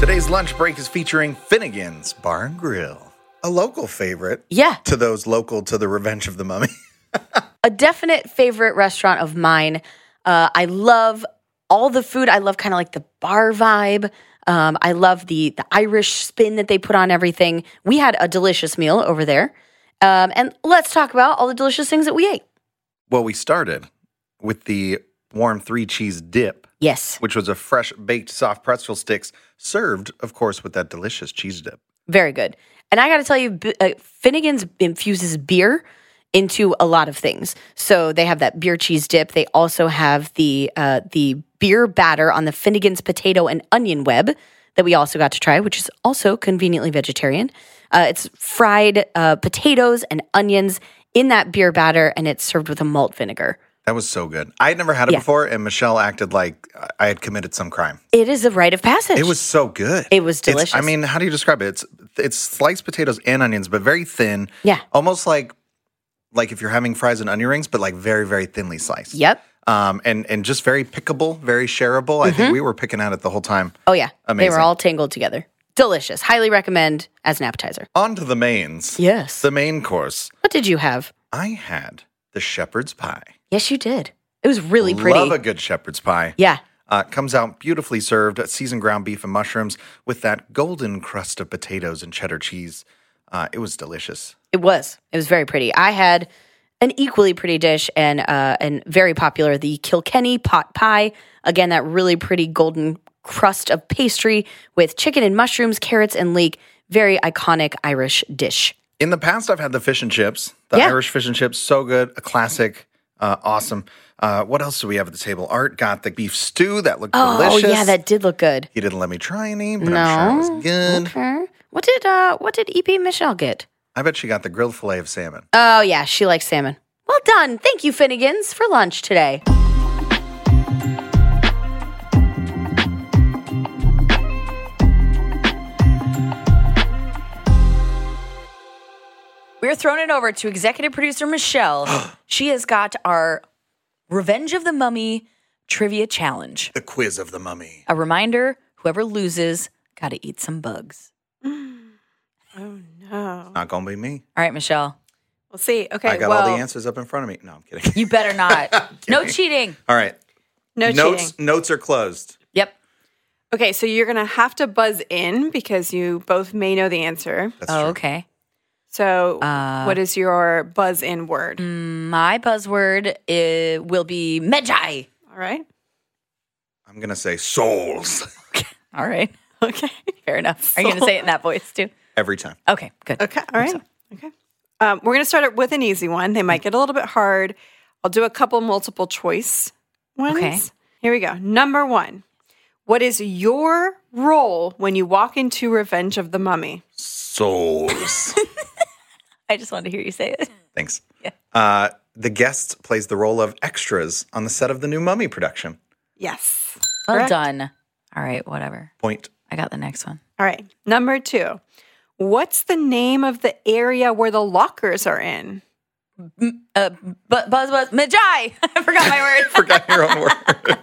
[SPEAKER 3] Today's lunch break is featuring Finnegan's Bar and Grill, a local favorite
[SPEAKER 2] Yeah.
[SPEAKER 3] to those local to the Revenge of the Mummy.
[SPEAKER 4] a definite favorite restaurant of mine. Uh, I love all the food. I love kind of like the bar vibe. Um, I love the the Irish spin that they put on everything. We had a delicious meal over there, um, and let's talk about all the delicious things that we ate.
[SPEAKER 3] well, we started with the warm three cheese dip,
[SPEAKER 4] Yes,
[SPEAKER 3] which was a fresh baked soft pretzel sticks served, of course, with that delicious cheese dip.
[SPEAKER 4] very good. And I got to tell you, B- uh, Finnegan's infuses beer into a lot of things. So they have that beer cheese dip. They also have the uh, the beer batter on the Finnegan's potato and onion web that we also got to try, which is also conveniently vegetarian. Uh, it's fried uh, potatoes and onions in that beer batter, and it's served with a malt vinegar.
[SPEAKER 3] That was so good. I had never had it
[SPEAKER 4] Yeah.
[SPEAKER 3] before, and Michelle acted like I had committed some crime.
[SPEAKER 4] It is a rite of passage.
[SPEAKER 3] It was so good.
[SPEAKER 4] It was
[SPEAKER 3] It's- I
[SPEAKER 4] delicious.
[SPEAKER 3] mean, how do you describe it? It's it's sliced potatoes and onions, but very thin.
[SPEAKER 4] Yeah.
[SPEAKER 3] Almost like like if you're having fries and onion rings, but like very very thinly sliced.
[SPEAKER 4] Yep.
[SPEAKER 3] Um, and and just very pickable, very shareable. I
[SPEAKER 4] Mm-hmm.
[SPEAKER 3] think we were picking at it the whole time.
[SPEAKER 4] Oh yeah, they
[SPEAKER 3] Amazing.
[SPEAKER 4] were all tangled together. Delicious. Highly recommend as an appetizer.
[SPEAKER 3] On to the mains.
[SPEAKER 4] Yes.
[SPEAKER 3] The main course.
[SPEAKER 4] What did you have?
[SPEAKER 3] I had the shepherd's pie.
[SPEAKER 4] Yes, you did. It was really pretty.
[SPEAKER 3] Love a good shepherd's pie.
[SPEAKER 4] yeah.
[SPEAKER 3] Uh, it comes out beautifully served, seasoned ground beef and mushrooms with that golden crust of potatoes and cheddar cheese. Uh, it was delicious.
[SPEAKER 4] It was. It was very pretty. I had an equally pretty dish and uh, and very popular the Kilkenny pot pie. Again, that really pretty golden crust of pastry with chicken and mushrooms, carrots and leek. Very iconic Irish dish.
[SPEAKER 3] In the past, I've had the fish and chips, the
[SPEAKER 4] Yeah.
[SPEAKER 3] Irish fish and chips, so good, a classic, uh, awesome. Uh, what else do we have at the table? Art got the beef stew that looked delicious.
[SPEAKER 4] Oh yeah, that did look good.
[SPEAKER 3] he didn't let me try any, but I'm sure it was good.
[SPEAKER 4] Okay. What did uh what did EP Michelle get?
[SPEAKER 3] I bet she got the grilled fillet of salmon.
[SPEAKER 4] Oh yeah, she likes salmon. Well done. Thank you, Finnegan's, for lunch today.
[SPEAKER 2] We're throwing it over to executive producer Michelle. she has got our Revenge of the Mummy trivia challenge.
[SPEAKER 3] The quiz of the mummy.
[SPEAKER 2] A reminder whoever loses, got to eat some bugs.
[SPEAKER 4] Oh.
[SPEAKER 3] Not gonna be me.
[SPEAKER 2] All right, Michelle,
[SPEAKER 5] We'll see. Okay.
[SPEAKER 3] I got
[SPEAKER 5] well,
[SPEAKER 3] all the answers up in front of me. No, I'm kidding.
[SPEAKER 2] you better not. no cheating.
[SPEAKER 3] all right.
[SPEAKER 5] No
[SPEAKER 3] notes.
[SPEAKER 5] cheating.
[SPEAKER 3] Notes are closed.
[SPEAKER 2] Yep.
[SPEAKER 5] Okay, so you're gonna have to buzz in because you both may know the answer.
[SPEAKER 3] That's
[SPEAKER 2] oh,
[SPEAKER 3] true.
[SPEAKER 2] okay.
[SPEAKER 5] So, what is your buzz in word?
[SPEAKER 2] My buzzword i- will be Medjai.
[SPEAKER 5] All right.
[SPEAKER 3] I'm gonna say souls
[SPEAKER 2] All right.
[SPEAKER 5] Okay.
[SPEAKER 2] Fair enough. Are you going to say it in that voice too?
[SPEAKER 3] every time.
[SPEAKER 2] Okay, good.
[SPEAKER 5] Okay. All right. Okay. Um, we're going to start it with an easy one. They might get a little bit hard. I'll do a couple multiple choice ones.
[SPEAKER 2] Okay.
[SPEAKER 5] Here we go. Number one What is your role when you walk into Revenge of the Mummy?
[SPEAKER 3] Souls.
[SPEAKER 2] I just wanted to hear you say it.
[SPEAKER 3] Thanks. Uh, the guest plays the role of extras on the set of the new Mummy production.
[SPEAKER 5] Yes.
[SPEAKER 2] Well
[SPEAKER 5] Correct.
[SPEAKER 2] done. All right, whatever.
[SPEAKER 3] Point.
[SPEAKER 2] I got the next one.
[SPEAKER 5] All right. Number two What's the name of the area where the lockers are in?
[SPEAKER 2] Uh, bu- buzz buzz Medjai. I forgot my word.
[SPEAKER 3] Forgot your own word.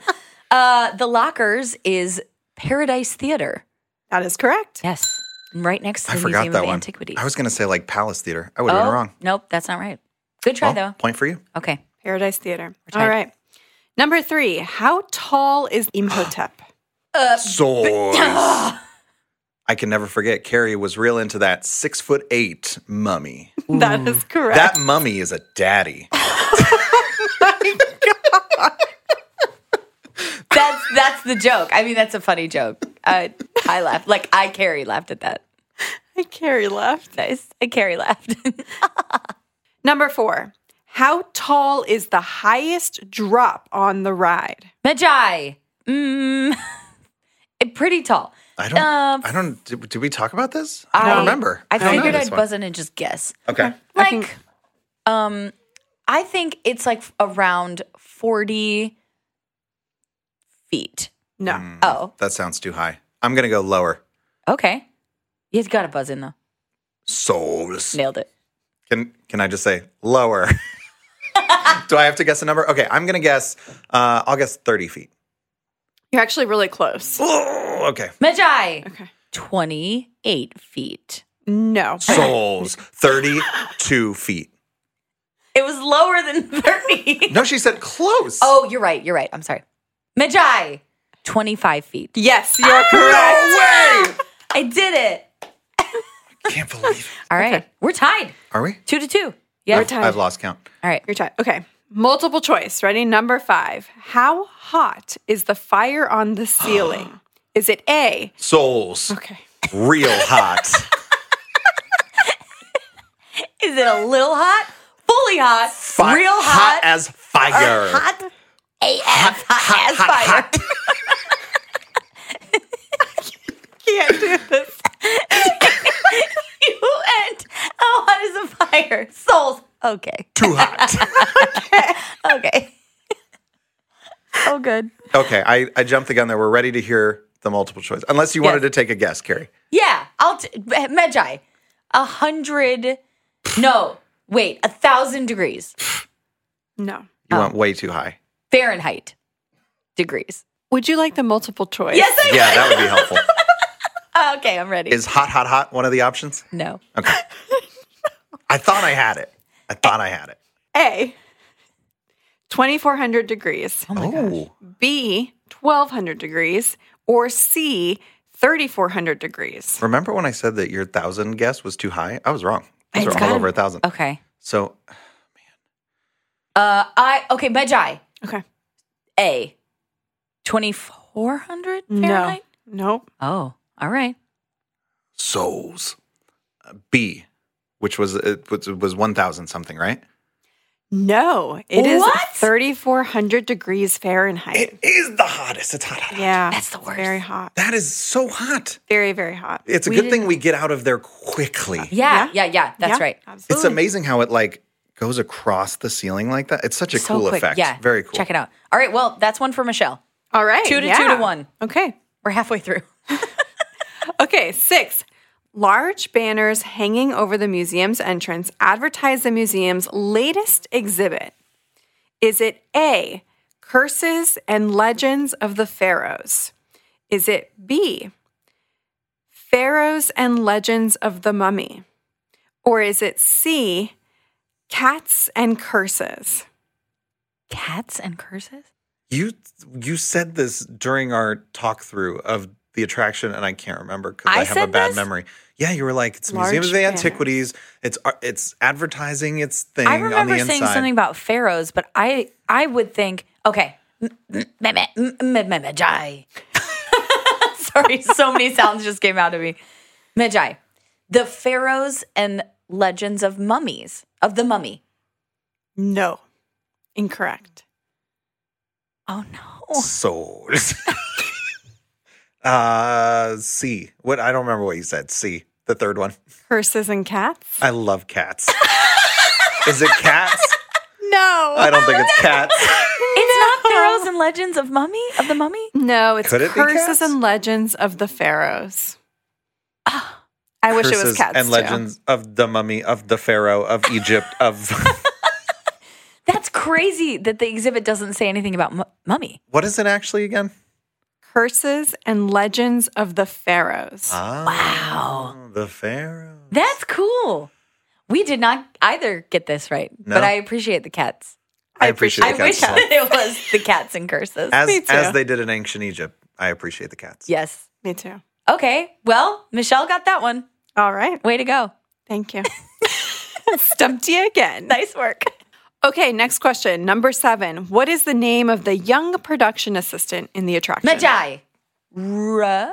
[SPEAKER 2] Uh, the lockers is Paradise Theater.
[SPEAKER 5] That is correct.
[SPEAKER 2] Yes, right next to
[SPEAKER 3] I
[SPEAKER 2] the
[SPEAKER 3] forgot
[SPEAKER 2] Museum
[SPEAKER 3] that
[SPEAKER 2] of
[SPEAKER 3] one.
[SPEAKER 2] Antiquities.
[SPEAKER 3] I was gonna say like Palace Theater. I would have
[SPEAKER 2] oh,
[SPEAKER 3] been wrong.
[SPEAKER 2] Nope, that's not right. Good try
[SPEAKER 3] Well, Point for you.
[SPEAKER 2] though. Okay,
[SPEAKER 5] Paradise Theater.
[SPEAKER 2] tied.
[SPEAKER 5] All right. Number three How tall is Imhotep?
[SPEAKER 2] Hmm. Uh,
[SPEAKER 3] Souls.
[SPEAKER 2] Ah!
[SPEAKER 3] I can never forget. Carrie was real into that six foot eight mummy.
[SPEAKER 5] that is correct.
[SPEAKER 3] That mummy is a daddy.
[SPEAKER 2] that's that's the joke. I mean, that's a funny joke. I I laughed. Like I Carrie laughed at that.
[SPEAKER 5] Carrie left.
[SPEAKER 2] Nice. I Carrie laughed.
[SPEAKER 5] Number four, how tall is the highest drop on the ride?
[SPEAKER 2] Medjai. Mm, pretty tall.
[SPEAKER 3] I don't.
[SPEAKER 2] Um,
[SPEAKER 3] I don't. Did, did we talk about this? I don't remember.
[SPEAKER 2] I,
[SPEAKER 3] don't know
[SPEAKER 2] figured
[SPEAKER 3] this
[SPEAKER 2] I'd
[SPEAKER 3] one.
[SPEAKER 2] buzz in and just guess.
[SPEAKER 3] Okay.
[SPEAKER 2] Like, um, I think it's like around forty feet.
[SPEAKER 5] No.
[SPEAKER 2] Oh,
[SPEAKER 3] That sounds too high. I'm gonna go lower.
[SPEAKER 2] okay. You've got to buzz in though.
[SPEAKER 3] Souls.
[SPEAKER 2] Nailed it.
[SPEAKER 3] Can Can I just say lower? Do I have to guess a number? Okay, I'm gonna guess. Uh, I'll guess 30 feet.
[SPEAKER 5] You're actually really close.
[SPEAKER 3] Oh, okay.
[SPEAKER 2] Medjai.
[SPEAKER 5] Okay.
[SPEAKER 2] Twenty-eight feet.
[SPEAKER 5] No.
[SPEAKER 3] Souls. 32 feet.
[SPEAKER 2] It was lower than thirty.
[SPEAKER 3] No, she said close.
[SPEAKER 2] oh, you're right. You're right. I'm sorry. Medjai. Twenty-five feet.
[SPEAKER 5] Yes,
[SPEAKER 2] Ah,
[SPEAKER 5] you're correct.
[SPEAKER 3] no way!
[SPEAKER 2] I did it.
[SPEAKER 3] Can't believe. it.
[SPEAKER 2] All right, we're tied.
[SPEAKER 3] Are we?
[SPEAKER 2] Two to two. Yeah.
[SPEAKER 5] We're tied.
[SPEAKER 3] I've lost count.
[SPEAKER 2] All right.
[SPEAKER 5] Your time. Okay. Multiple choice. Ready? Number five. How hot is the fire on the ceiling? is it A?
[SPEAKER 3] Souls.
[SPEAKER 5] Okay.
[SPEAKER 3] Real hot.
[SPEAKER 2] Is it a little hot? Fully hot?
[SPEAKER 3] Fi-
[SPEAKER 2] real hot?
[SPEAKER 3] as fire.
[SPEAKER 2] hot AF hot, as fire.
[SPEAKER 5] Can't do this.
[SPEAKER 2] you and how hot is a fire? Souls. Okay.
[SPEAKER 3] Too hot.
[SPEAKER 2] Okay. oh, good.
[SPEAKER 3] okay, I, I jumped the gun there. We're ready to hear the multiple choice. Unless you wanted to
[SPEAKER 2] Yes.
[SPEAKER 3] take a guess, Carrie.
[SPEAKER 2] Yeah. I'll t- Medjai. A hundred. No. Wait. A thousand degrees
[SPEAKER 5] No.
[SPEAKER 2] Oh.
[SPEAKER 3] You went way too high.
[SPEAKER 2] Fahrenheit degrees.
[SPEAKER 5] Would you like the multiple choice?
[SPEAKER 2] Yes. I-
[SPEAKER 3] Yeah, that would be helpful.
[SPEAKER 2] Okay. I'm ready.
[SPEAKER 3] Is hot, hot, hot one of the options?
[SPEAKER 2] no.
[SPEAKER 3] Okay. I thought I had it.
[SPEAKER 2] Eh,
[SPEAKER 3] I thought I had it.
[SPEAKER 5] A. 2400 degrees.
[SPEAKER 3] Oh,
[SPEAKER 5] B, 1200 degrees, or C, 3400 degrees.
[SPEAKER 3] remember when I said that your thousand guess was too high? I was wrong.
[SPEAKER 2] It's
[SPEAKER 3] Those are all
[SPEAKER 2] gotta- Oh.
[SPEAKER 3] over a thousand.
[SPEAKER 2] Okay.
[SPEAKER 3] So
[SPEAKER 2] Uh, I okay. Medjai.
[SPEAKER 5] Okay.
[SPEAKER 2] A. 2400
[SPEAKER 5] No.
[SPEAKER 2] Fahrenheit?
[SPEAKER 5] Nope.
[SPEAKER 2] Oh, all right.
[SPEAKER 3] souls. Uh, B, which was it was, it was one thousand something, right?
[SPEAKER 5] No. It is
[SPEAKER 2] What?
[SPEAKER 5] 3400 degrees Fahrenheit.
[SPEAKER 3] is the hottest. It's hot, hot, hot.
[SPEAKER 5] yeah.
[SPEAKER 2] That's the
[SPEAKER 5] it's
[SPEAKER 2] worst.
[SPEAKER 5] Very hot.
[SPEAKER 3] That is so hot.
[SPEAKER 5] Very, very hot.
[SPEAKER 3] It's a
[SPEAKER 2] We
[SPEAKER 3] good thing we get out of there quickly.
[SPEAKER 2] Yeah, yeah, yeah. that's
[SPEAKER 5] Yeah,
[SPEAKER 2] right.
[SPEAKER 5] Absolutely.
[SPEAKER 3] It's amazing how it like goes across the ceiling like that. It's such a cool effect.
[SPEAKER 2] Yeah.
[SPEAKER 3] Very cool.
[SPEAKER 2] Check it out. All right. Well, that's one for Michelle.
[SPEAKER 5] All right.
[SPEAKER 2] Two to
[SPEAKER 5] yeah.
[SPEAKER 2] two to one.
[SPEAKER 5] Okay.
[SPEAKER 2] We're halfway through.
[SPEAKER 5] Okay. Six. Large banners hanging over the museum's entrance advertise the museum's latest exhibit. Is it A, Curses and Legends of the Pharaohs? Is it B, Pharaohs and Legends of the Mummy? Or is it C, Cats and Curses?
[SPEAKER 2] Cats and curses?
[SPEAKER 3] You you said this during our talk through of the attraction, and I can't remember because
[SPEAKER 6] I
[SPEAKER 3] I, have a
[SPEAKER 6] said
[SPEAKER 3] bad
[SPEAKER 6] this?
[SPEAKER 3] memory. Yeah, you were like, it's
[SPEAKER 5] Large
[SPEAKER 3] Museum of the
[SPEAKER 5] banner.
[SPEAKER 3] Antiquities. It's ar- it's advertising its thing
[SPEAKER 6] I
[SPEAKER 3] on the
[SPEAKER 6] remember
[SPEAKER 3] inside.
[SPEAKER 6] saying something about pharaohs, but I I would think okay, m- m- m- m- m- m- Magi. Sorry, so many sounds just came out of me. Magi, the pharaohs and legends of mummies of the mummy.
[SPEAKER 5] No. Incorrect.
[SPEAKER 6] Oh no,
[SPEAKER 3] Souls. uh, C. What I don't remember what you said. C. The third one.
[SPEAKER 5] Curses and cats?
[SPEAKER 3] I love cats. Is it cats?
[SPEAKER 5] No.
[SPEAKER 3] I don't think it's cats.
[SPEAKER 6] it's not pharaohs and legends of mummy of the mummy.
[SPEAKER 5] No, it's
[SPEAKER 3] Could it be
[SPEAKER 5] Curses
[SPEAKER 3] cats?
[SPEAKER 5] and Legends of the Pharaohs. I wish it was
[SPEAKER 3] Curses
[SPEAKER 5] cats.
[SPEAKER 3] and
[SPEAKER 5] too.
[SPEAKER 3] legends of the mummy of the pharaoh of Egypt of
[SPEAKER 6] That's crazy that the exhibit doesn't say anything about mu- mummy.
[SPEAKER 3] what is it actually again?
[SPEAKER 5] Curses and Legends of the Pharaohs.
[SPEAKER 3] Ah, wow. The pharaoh.
[SPEAKER 6] That's cool. We did not either get this right,
[SPEAKER 3] No.
[SPEAKER 6] but I appreciate the cats.
[SPEAKER 3] I appreciate
[SPEAKER 6] I
[SPEAKER 3] the
[SPEAKER 6] wish
[SPEAKER 3] cats. as well.
[SPEAKER 6] it was the cats and curses.
[SPEAKER 3] As,
[SPEAKER 5] Me too.
[SPEAKER 3] as they did in ancient Egypt, I appreciate the cats.
[SPEAKER 6] yes.
[SPEAKER 5] Me too.
[SPEAKER 6] Okay. Well, Michelle got that one.
[SPEAKER 5] All right.
[SPEAKER 6] Way to go.
[SPEAKER 5] Thank you. Stumped you again.
[SPEAKER 6] Nice work.
[SPEAKER 5] Okay, next question. Number seven. What is the name of the young production assistant in the attraction?
[SPEAKER 6] Magi. Re-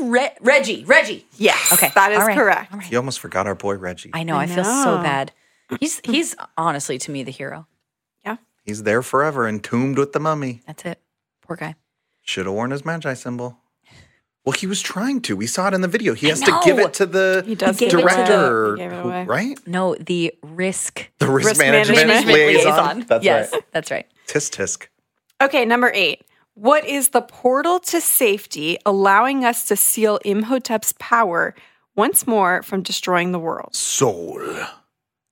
[SPEAKER 6] Re- Reggie. Reggie.
[SPEAKER 5] Yes.
[SPEAKER 6] Okay.
[SPEAKER 5] That is
[SPEAKER 6] All right.
[SPEAKER 5] correct.
[SPEAKER 3] You almost forgot our boy Reggie.
[SPEAKER 6] I know. I, feel so bad. He's he's honestly to me the hero.
[SPEAKER 5] Yeah.
[SPEAKER 3] He's there forever, entombed with the mummy.
[SPEAKER 6] That's it. Poor guy.
[SPEAKER 3] Should have worn his magi symbol. Well, he was trying to. We saw it in the video. He
[SPEAKER 6] I
[SPEAKER 3] has to give
[SPEAKER 6] know.
[SPEAKER 3] it to the
[SPEAKER 5] He does
[SPEAKER 6] give it to
[SPEAKER 3] director,
[SPEAKER 5] the- He gave it
[SPEAKER 3] who-
[SPEAKER 5] away.
[SPEAKER 3] right?
[SPEAKER 6] No, the risk
[SPEAKER 3] The risk,
[SPEAKER 5] Risk
[SPEAKER 3] management,
[SPEAKER 5] management
[SPEAKER 3] liaison. That's
[SPEAKER 6] yes,
[SPEAKER 3] right.
[SPEAKER 6] that's right.
[SPEAKER 3] Tisk tisk.
[SPEAKER 5] Okay, number eight. What is the portal to safety allowing us to seal Imhotep's power once more from destroying the world?
[SPEAKER 3] Soul.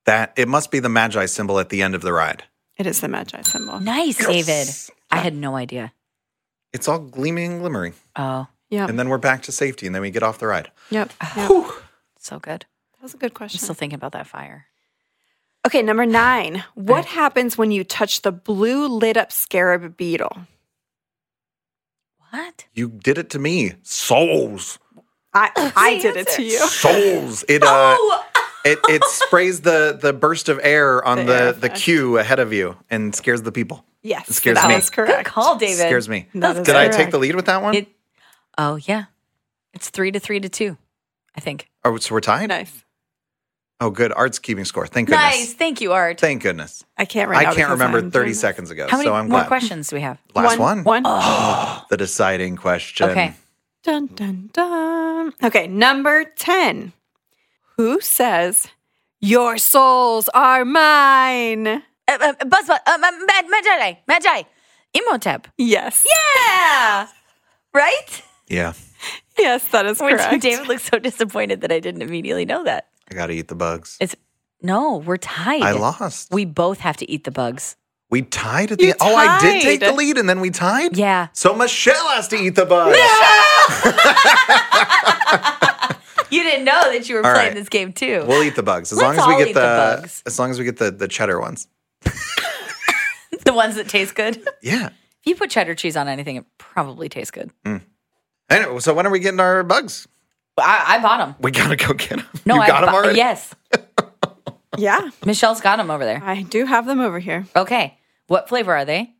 [SPEAKER 3] That it must be the magi symbol at the end of the ride.
[SPEAKER 5] It is the Magi symbol.
[SPEAKER 6] Nice, David. I had no idea.
[SPEAKER 3] It's all gleaming and glimmering,
[SPEAKER 6] Oh,
[SPEAKER 5] Yep.
[SPEAKER 3] and then we're back to safety, and then we get off the ride.
[SPEAKER 5] Yep. yep.
[SPEAKER 6] so good.
[SPEAKER 5] That was a good
[SPEAKER 6] I'm
[SPEAKER 5] question.
[SPEAKER 6] still thinking about that fire.
[SPEAKER 5] Okay, number nine. What happens when you touch the blue lit up scarab beetle?
[SPEAKER 6] What?
[SPEAKER 3] You did it to me. Souls.
[SPEAKER 5] I, I did it to you.
[SPEAKER 3] Souls. It uh, it it sprays the the burst of air on
[SPEAKER 5] The air
[SPEAKER 3] the the, queue ahead of you and scares the people.
[SPEAKER 5] Yes,
[SPEAKER 3] It scares
[SPEAKER 5] that
[SPEAKER 3] me.
[SPEAKER 5] was correct.
[SPEAKER 6] Good call, David.
[SPEAKER 3] Scares me.
[SPEAKER 5] That is
[SPEAKER 3] Did I take
[SPEAKER 5] correct.
[SPEAKER 3] the lead with that one?
[SPEAKER 6] It- Oh yeah, it's three to three to two. I think.
[SPEAKER 3] oh, so we're tied.
[SPEAKER 5] Nice.
[SPEAKER 3] Oh, good. Art's keeping score. Thank goodness.
[SPEAKER 6] Nice. Thank you, Art.
[SPEAKER 3] Thank goodness.
[SPEAKER 5] I can't right now
[SPEAKER 3] I can't
[SPEAKER 5] because
[SPEAKER 3] remember
[SPEAKER 5] I'm
[SPEAKER 3] 30
[SPEAKER 5] doing-
[SPEAKER 3] seconds ago,
[SPEAKER 6] How many
[SPEAKER 3] so I'm
[SPEAKER 6] more
[SPEAKER 3] glad.
[SPEAKER 6] questions do we have?
[SPEAKER 3] Last one,
[SPEAKER 5] One.
[SPEAKER 3] The deciding question.
[SPEAKER 6] Okay.
[SPEAKER 5] Dun, dun, dun. Okay, number 10. Who says, Your souls are mine?
[SPEAKER 6] Uh, uh, Buzzball. Uh, um, Mad- Magi. Magi. Imhotep.
[SPEAKER 5] Yes.
[SPEAKER 6] Yeah. Right?
[SPEAKER 3] Yeah.
[SPEAKER 5] Yes, that is
[SPEAKER 6] Which
[SPEAKER 5] correct.
[SPEAKER 6] David looks so disappointed that I didn't immediately know that.
[SPEAKER 3] I got to eat the bugs.
[SPEAKER 6] It's no, we're tied.
[SPEAKER 3] I lost.
[SPEAKER 6] We both have to eat the bugs.
[SPEAKER 3] We tied at the
[SPEAKER 5] You
[SPEAKER 3] end. Oh, I did
[SPEAKER 5] tied.
[SPEAKER 3] take the lead and then we tied?
[SPEAKER 6] Yeah.
[SPEAKER 3] So Michelle has to eat the bugs.
[SPEAKER 6] You didn't know that you were
[SPEAKER 3] All
[SPEAKER 6] playing
[SPEAKER 3] right.
[SPEAKER 6] this game too.
[SPEAKER 3] We'll eat the bugs as long
[SPEAKER 6] Let's
[SPEAKER 3] as we
[SPEAKER 6] all
[SPEAKER 3] get
[SPEAKER 6] eat the bugs.
[SPEAKER 3] as long as we get the the cheddar ones.
[SPEAKER 6] the ones that taste good. If
[SPEAKER 3] Yeah.
[SPEAKER 6] you put cheddar cheese on anything, it probably tastes good.
[SPEAKER 3] Anyway, so when are we getting our bugs?
[SPEAKER 6] I, I bought them.
[SPEAKER 3] We gotta go get them.
[SPEAKER 6] No,
[SPEAKER 3] you
[SPEAKER 6] I
[SPEAKER 3] got them
[SPEAKER 6] bu-
[SPEAKER 3] already.
[SPEAKER 6] Yes,
[SPEAKER 5] yeah,
[SPEAKER 6] Michelle's got them over there.
[SPEAKER 5] I do have them over here.
[SPEAKER 6] Okay, what flavor are they?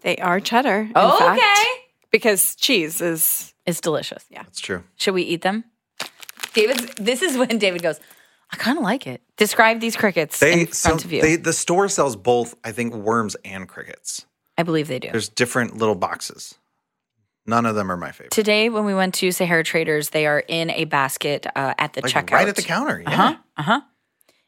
[SPEAKER 5] They are cheddar. in fact,
[SPEAKER 6] okay,
[SPEAKER 5] because cheese is.
[SPEAKER 6] it's delicious.
[SPEAKER 3] That's true.
[SPEAKER 6] Should we eat them? David's. This is when David goes. I kind of like it. Describe these crickets
[SPEAKER 3] They
[SPEAKER 6] in front
[SPEAKER 3] so
[SPEAKER 6] of you.
[SPEAKER 3] they the store sells both. I think worms and crickets.
[SPEAKER 6] I believe they do.
[SPEAKER 3] There's different little boxes. None of them are my favorite.
[SPEAKER 6] Today, when we went to Sahara Traders, they are in a basket uh, at the
[SPEAKER 3] Like
[SPEAKER 6] checkout,
[SPEAKER 3] right at the counter. Yeah.
[SPEAKER 6] Uh huh.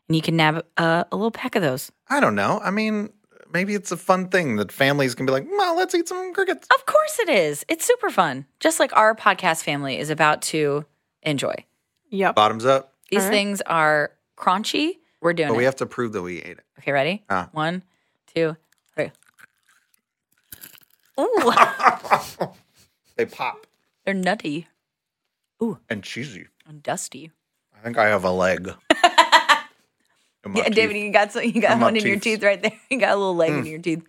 [SPEAKER 6] And you can nab uh, a little pack of those.
[SPEAKER 3] I don't know. I mean, maybe it's a fun thing that families can be like, well, let's eat some crickets.
[SPEAKER 6] Of course it is. It's super fun. Just like our podcast family is about to enjoy.
[SPEAKER 5] Yep.
[SPEAKER 3] Bottoms up.
[SPEAKER 6] These
[SPEAKER 5] All right.
[SPEAKER 6] things are crunchy. We're doing
[SPEAKER 3] But
[SPEAKER 6] it.
[SPEAKER 3] we have to prove that we ate it.
[SPEAKER 6] okay, ready?
[SPEAKER 3] Ah.
[SPEAKER 6] One, two, three. Ooh,
[SPEAKER 3] They pop
[SPEAKER 6] they're nutty
[SPEAKER 3] and cheesy.
[SPEAKER 6] and dusty.
[SPEAKER 3] I think I have a leg. In my
[SPEAKER 6] Yeah,
[SPEAKER 3] teeth.
[SPEAKER 6] David, you got some, you got
[SPEAKER 3] And my
[SPEAKER 6] one in your
[SPEAKER 3] teeth.
[SPEAKER 6] teeth right there. You got a little leg
[SPEAKER 3] Mm.
[SPEAKER 6] in your teeth.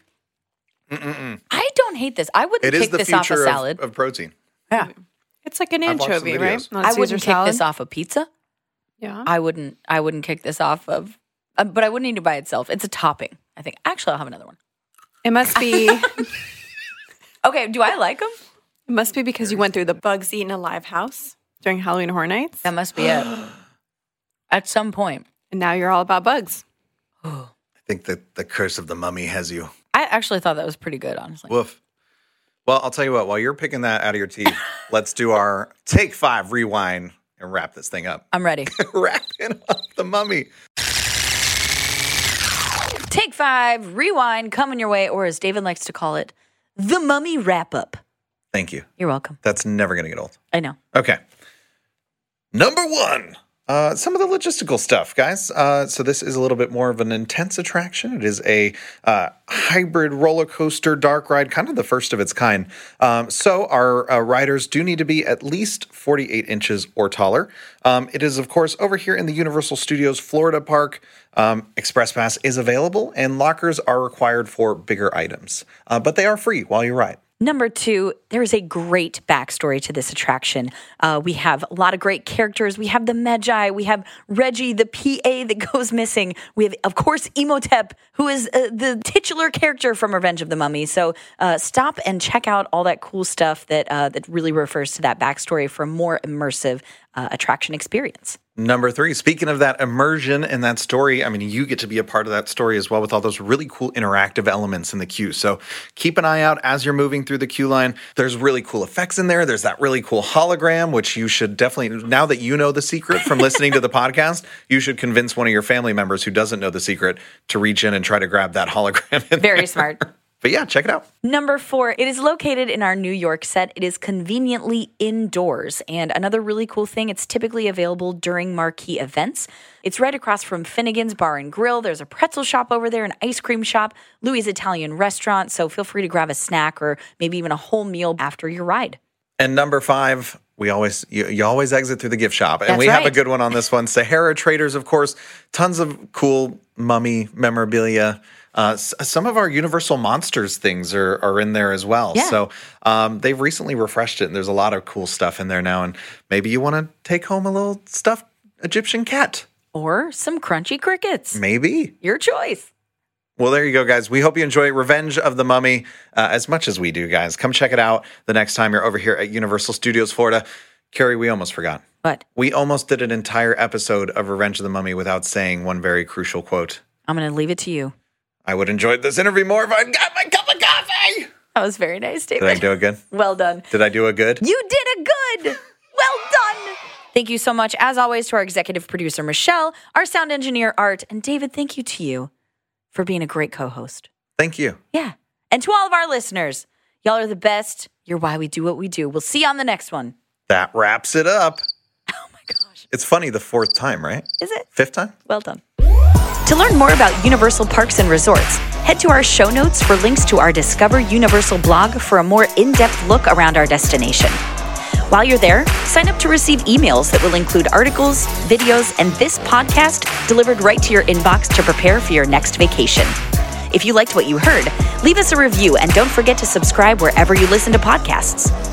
[SPEAKER 6] I don't hate this. I wouldn't
[SPEAKER 3] It is
[SPEAKER 6] kick
[SPEAKER 3] the
[SPEAKER 6] this off a
[SPEAKER 3] future of-
[SPEAKER 6] salad.
[SPEAKER 3] Of, protein.
[SPEAKER 6] yeah.
[SPEAKER 5] It's like an
[SPEAKER 3] I've watched
[SPEAKER 5] anchovy,
[SPEAKER 3] some
[SPEAKER 5] right?
[SPEAKER 3] videos.
[SPEAKER 5] On
[SPEAKER 6] I
[SPEAKER 5] Oh, Caesar
[SPEAKER 6] wouldn't kick
[SPEAKER 5] salad.
[SPEAKER 6] this off a pizza.
[SPEAKER 5] Yeah.
[SPEAKER 6] I wouldn't. I wouldn't kick this off of. uh, but I wouldn't eat it by itself. It's a topping. I think. Actually, I'll have another one.
[SPEAKER 5] It must be it
[SPEAKER 6] Okay. Do I like them?
[SPEAKER 5] must be because you went through the bugs eaten alive house during Halloween Horror Nights.
[SPEAKER 6] That must be it. At some point,
[SPEAKER 5] And now you're all about bugs.
[SPEAKER 3] I think that the curse of the mummy has you.
[SPEAKER 6] I actually thought that was pretty good. Honestly.
[SPEAKER 3] Woof. Well, I'll tell you what, while you're picking that out of your teeth, let's do our take five rewind and wrap this thing up.
[SPEAKER 6] I'm ready.
[SPEAKER 3] Wrapping up the mummy.
[SPEAKER 6] Take five, rewind, coming your way, or as David likes to call it, the mummy wrap up.
[SPEAKER 3] Thank you.
[SPEAKER 6] You're welcome.
[SPEAKER 3] That's never going to get old.
[SPEAKER 6] I know.
[SPEAKER 3] Okay. Number one, uh, some of the logistical stuff, guys. Uh, so this is a little bit more of an intense attraction. It is a uh, hybrid roller coaster dark ride, kind of the first of its kind. Um, so our uh, riders do need to be at least 48 inches or taller. Um, it is, of course, over here in the Universal Studios Florida Park. Um, Express Pass is available, and lockers are required for bigger items, uh, but they are free while you ride.
[SPEAKER 6] Number two, there is a great backstory to this attraction. Uh, we have a lot of great characters. We have the Magi. We have Reggie, the PA that goes missing. We have, of course, Emotep, who is uh, the titular character from Revenge of the Mummy. So uh, stop and check out all that cool stuff that uh, that really refers to that backstory for a more immersive uh, attraction experience.
[SPEAKER 3] Number three, speaking of that immersion and that story, I mean, you get to be a part of that story as well with all those really cool interactive elements in the queue. So keep an eye out as you're moving through the queue line. There's really cool effects in there. There's that really cool hologram, which you should definitely, now that you know the secret from listening to the podcast, you should convince one of your family members who doesn't know the secret to reach in and try to grab that hologram. in there.
[SPEAKER 6] Very smart.
[SPEAKER 3] But yeah, check it out.
[SPEAKER 6] Number four, it is located in our New York set. It is conveniently indoors. And another really cool thing, it's typically available during marquee events. It's right across from Finnegan's Bar and Grill. There's a pretzel shop over there, an ice cream shop, Louis' Italian restaurant. So feel free to grab a snack or maybe even a whole meal after your ride.
[SPEAKER 3] And number five, we always you, you always exit through the gift shop, and
[SPEAKER 6] That's
[SPEAKER 3] we have a
[SPEAKER 6] right.
[SPEAKER 3] good one on this one. Sahara Traders, of course, tons of cool mummy memorabilia. Uh, s- some of our Universal Monsters things are are in there as well.
[SPEAKER 6] Yeah.
[SPEAKER 3] So um, they've recently refreshed it, and there's a lot of cool stuff in there now. And maybe you want to take home a little stuffed Egyptian cat.
[SPEAKER 6] Or some crunchy crickets.
[SPEAKER 3] Maybe.
[SPEAKER 6] Your choice.
[SPEAKER 3] Well, there you go, guys. We hope you enjoy Revenge of the Mummy uh, as much as we do, guys. Come check it out the next time you're over here at Universal Studios Florida. Carrie, we almost forgot.
[SPEAKER 6] But
[SPEAKER 3] We almost did an entire episode of Revenge of the Mummy without saying one very crucial quote.
[SPEAKER 6] I'm going to leave it to you.
[SPEAKER 3] I would enjoy this interview more if I got my cup of coffee.
[SPEAKER 6] That was very nice,
[SPEAKER 3] Did I
[SPEAKER 6] David.
[SPEAKER 3] do it good?
[SPEAKER 6] Well done.
[SPEAKER 3] Did I do it good?
[SPEAKER 6] You did a good. Well done. Thank you so much, as always, to our executive producer, Michelle, our sound engineer, Art, and David, thank you to you for being a great co host.
[SPEAKER 3] Thank you.
[SPEAKER 6] Yeah. And to all of our listeners, y'all are the best. You're why we do what we do. We'll see you on the next one.
[SPEAKER 3] That wraps it up.
[SPEAKER 6] Oh my gosh.
[SPEAKER 3] It's funny the fourth time, right?
[SPEAKER 6] Is it?
[SPEAKER 3] Fifth time?
[SPEAKER 6] Well done. To learn more about Universal Parks and Resorts, head to our show notes for links to our Discover Universal blog for a more in depth look around our destination. While you're there, sign up to receive emails that will include articles, videos, and this podcast delivered right to your inbox to prepare for your next vacation. If you liked what you heard, leave us a review and don't forget to subscribe wherever you listen to podcasts.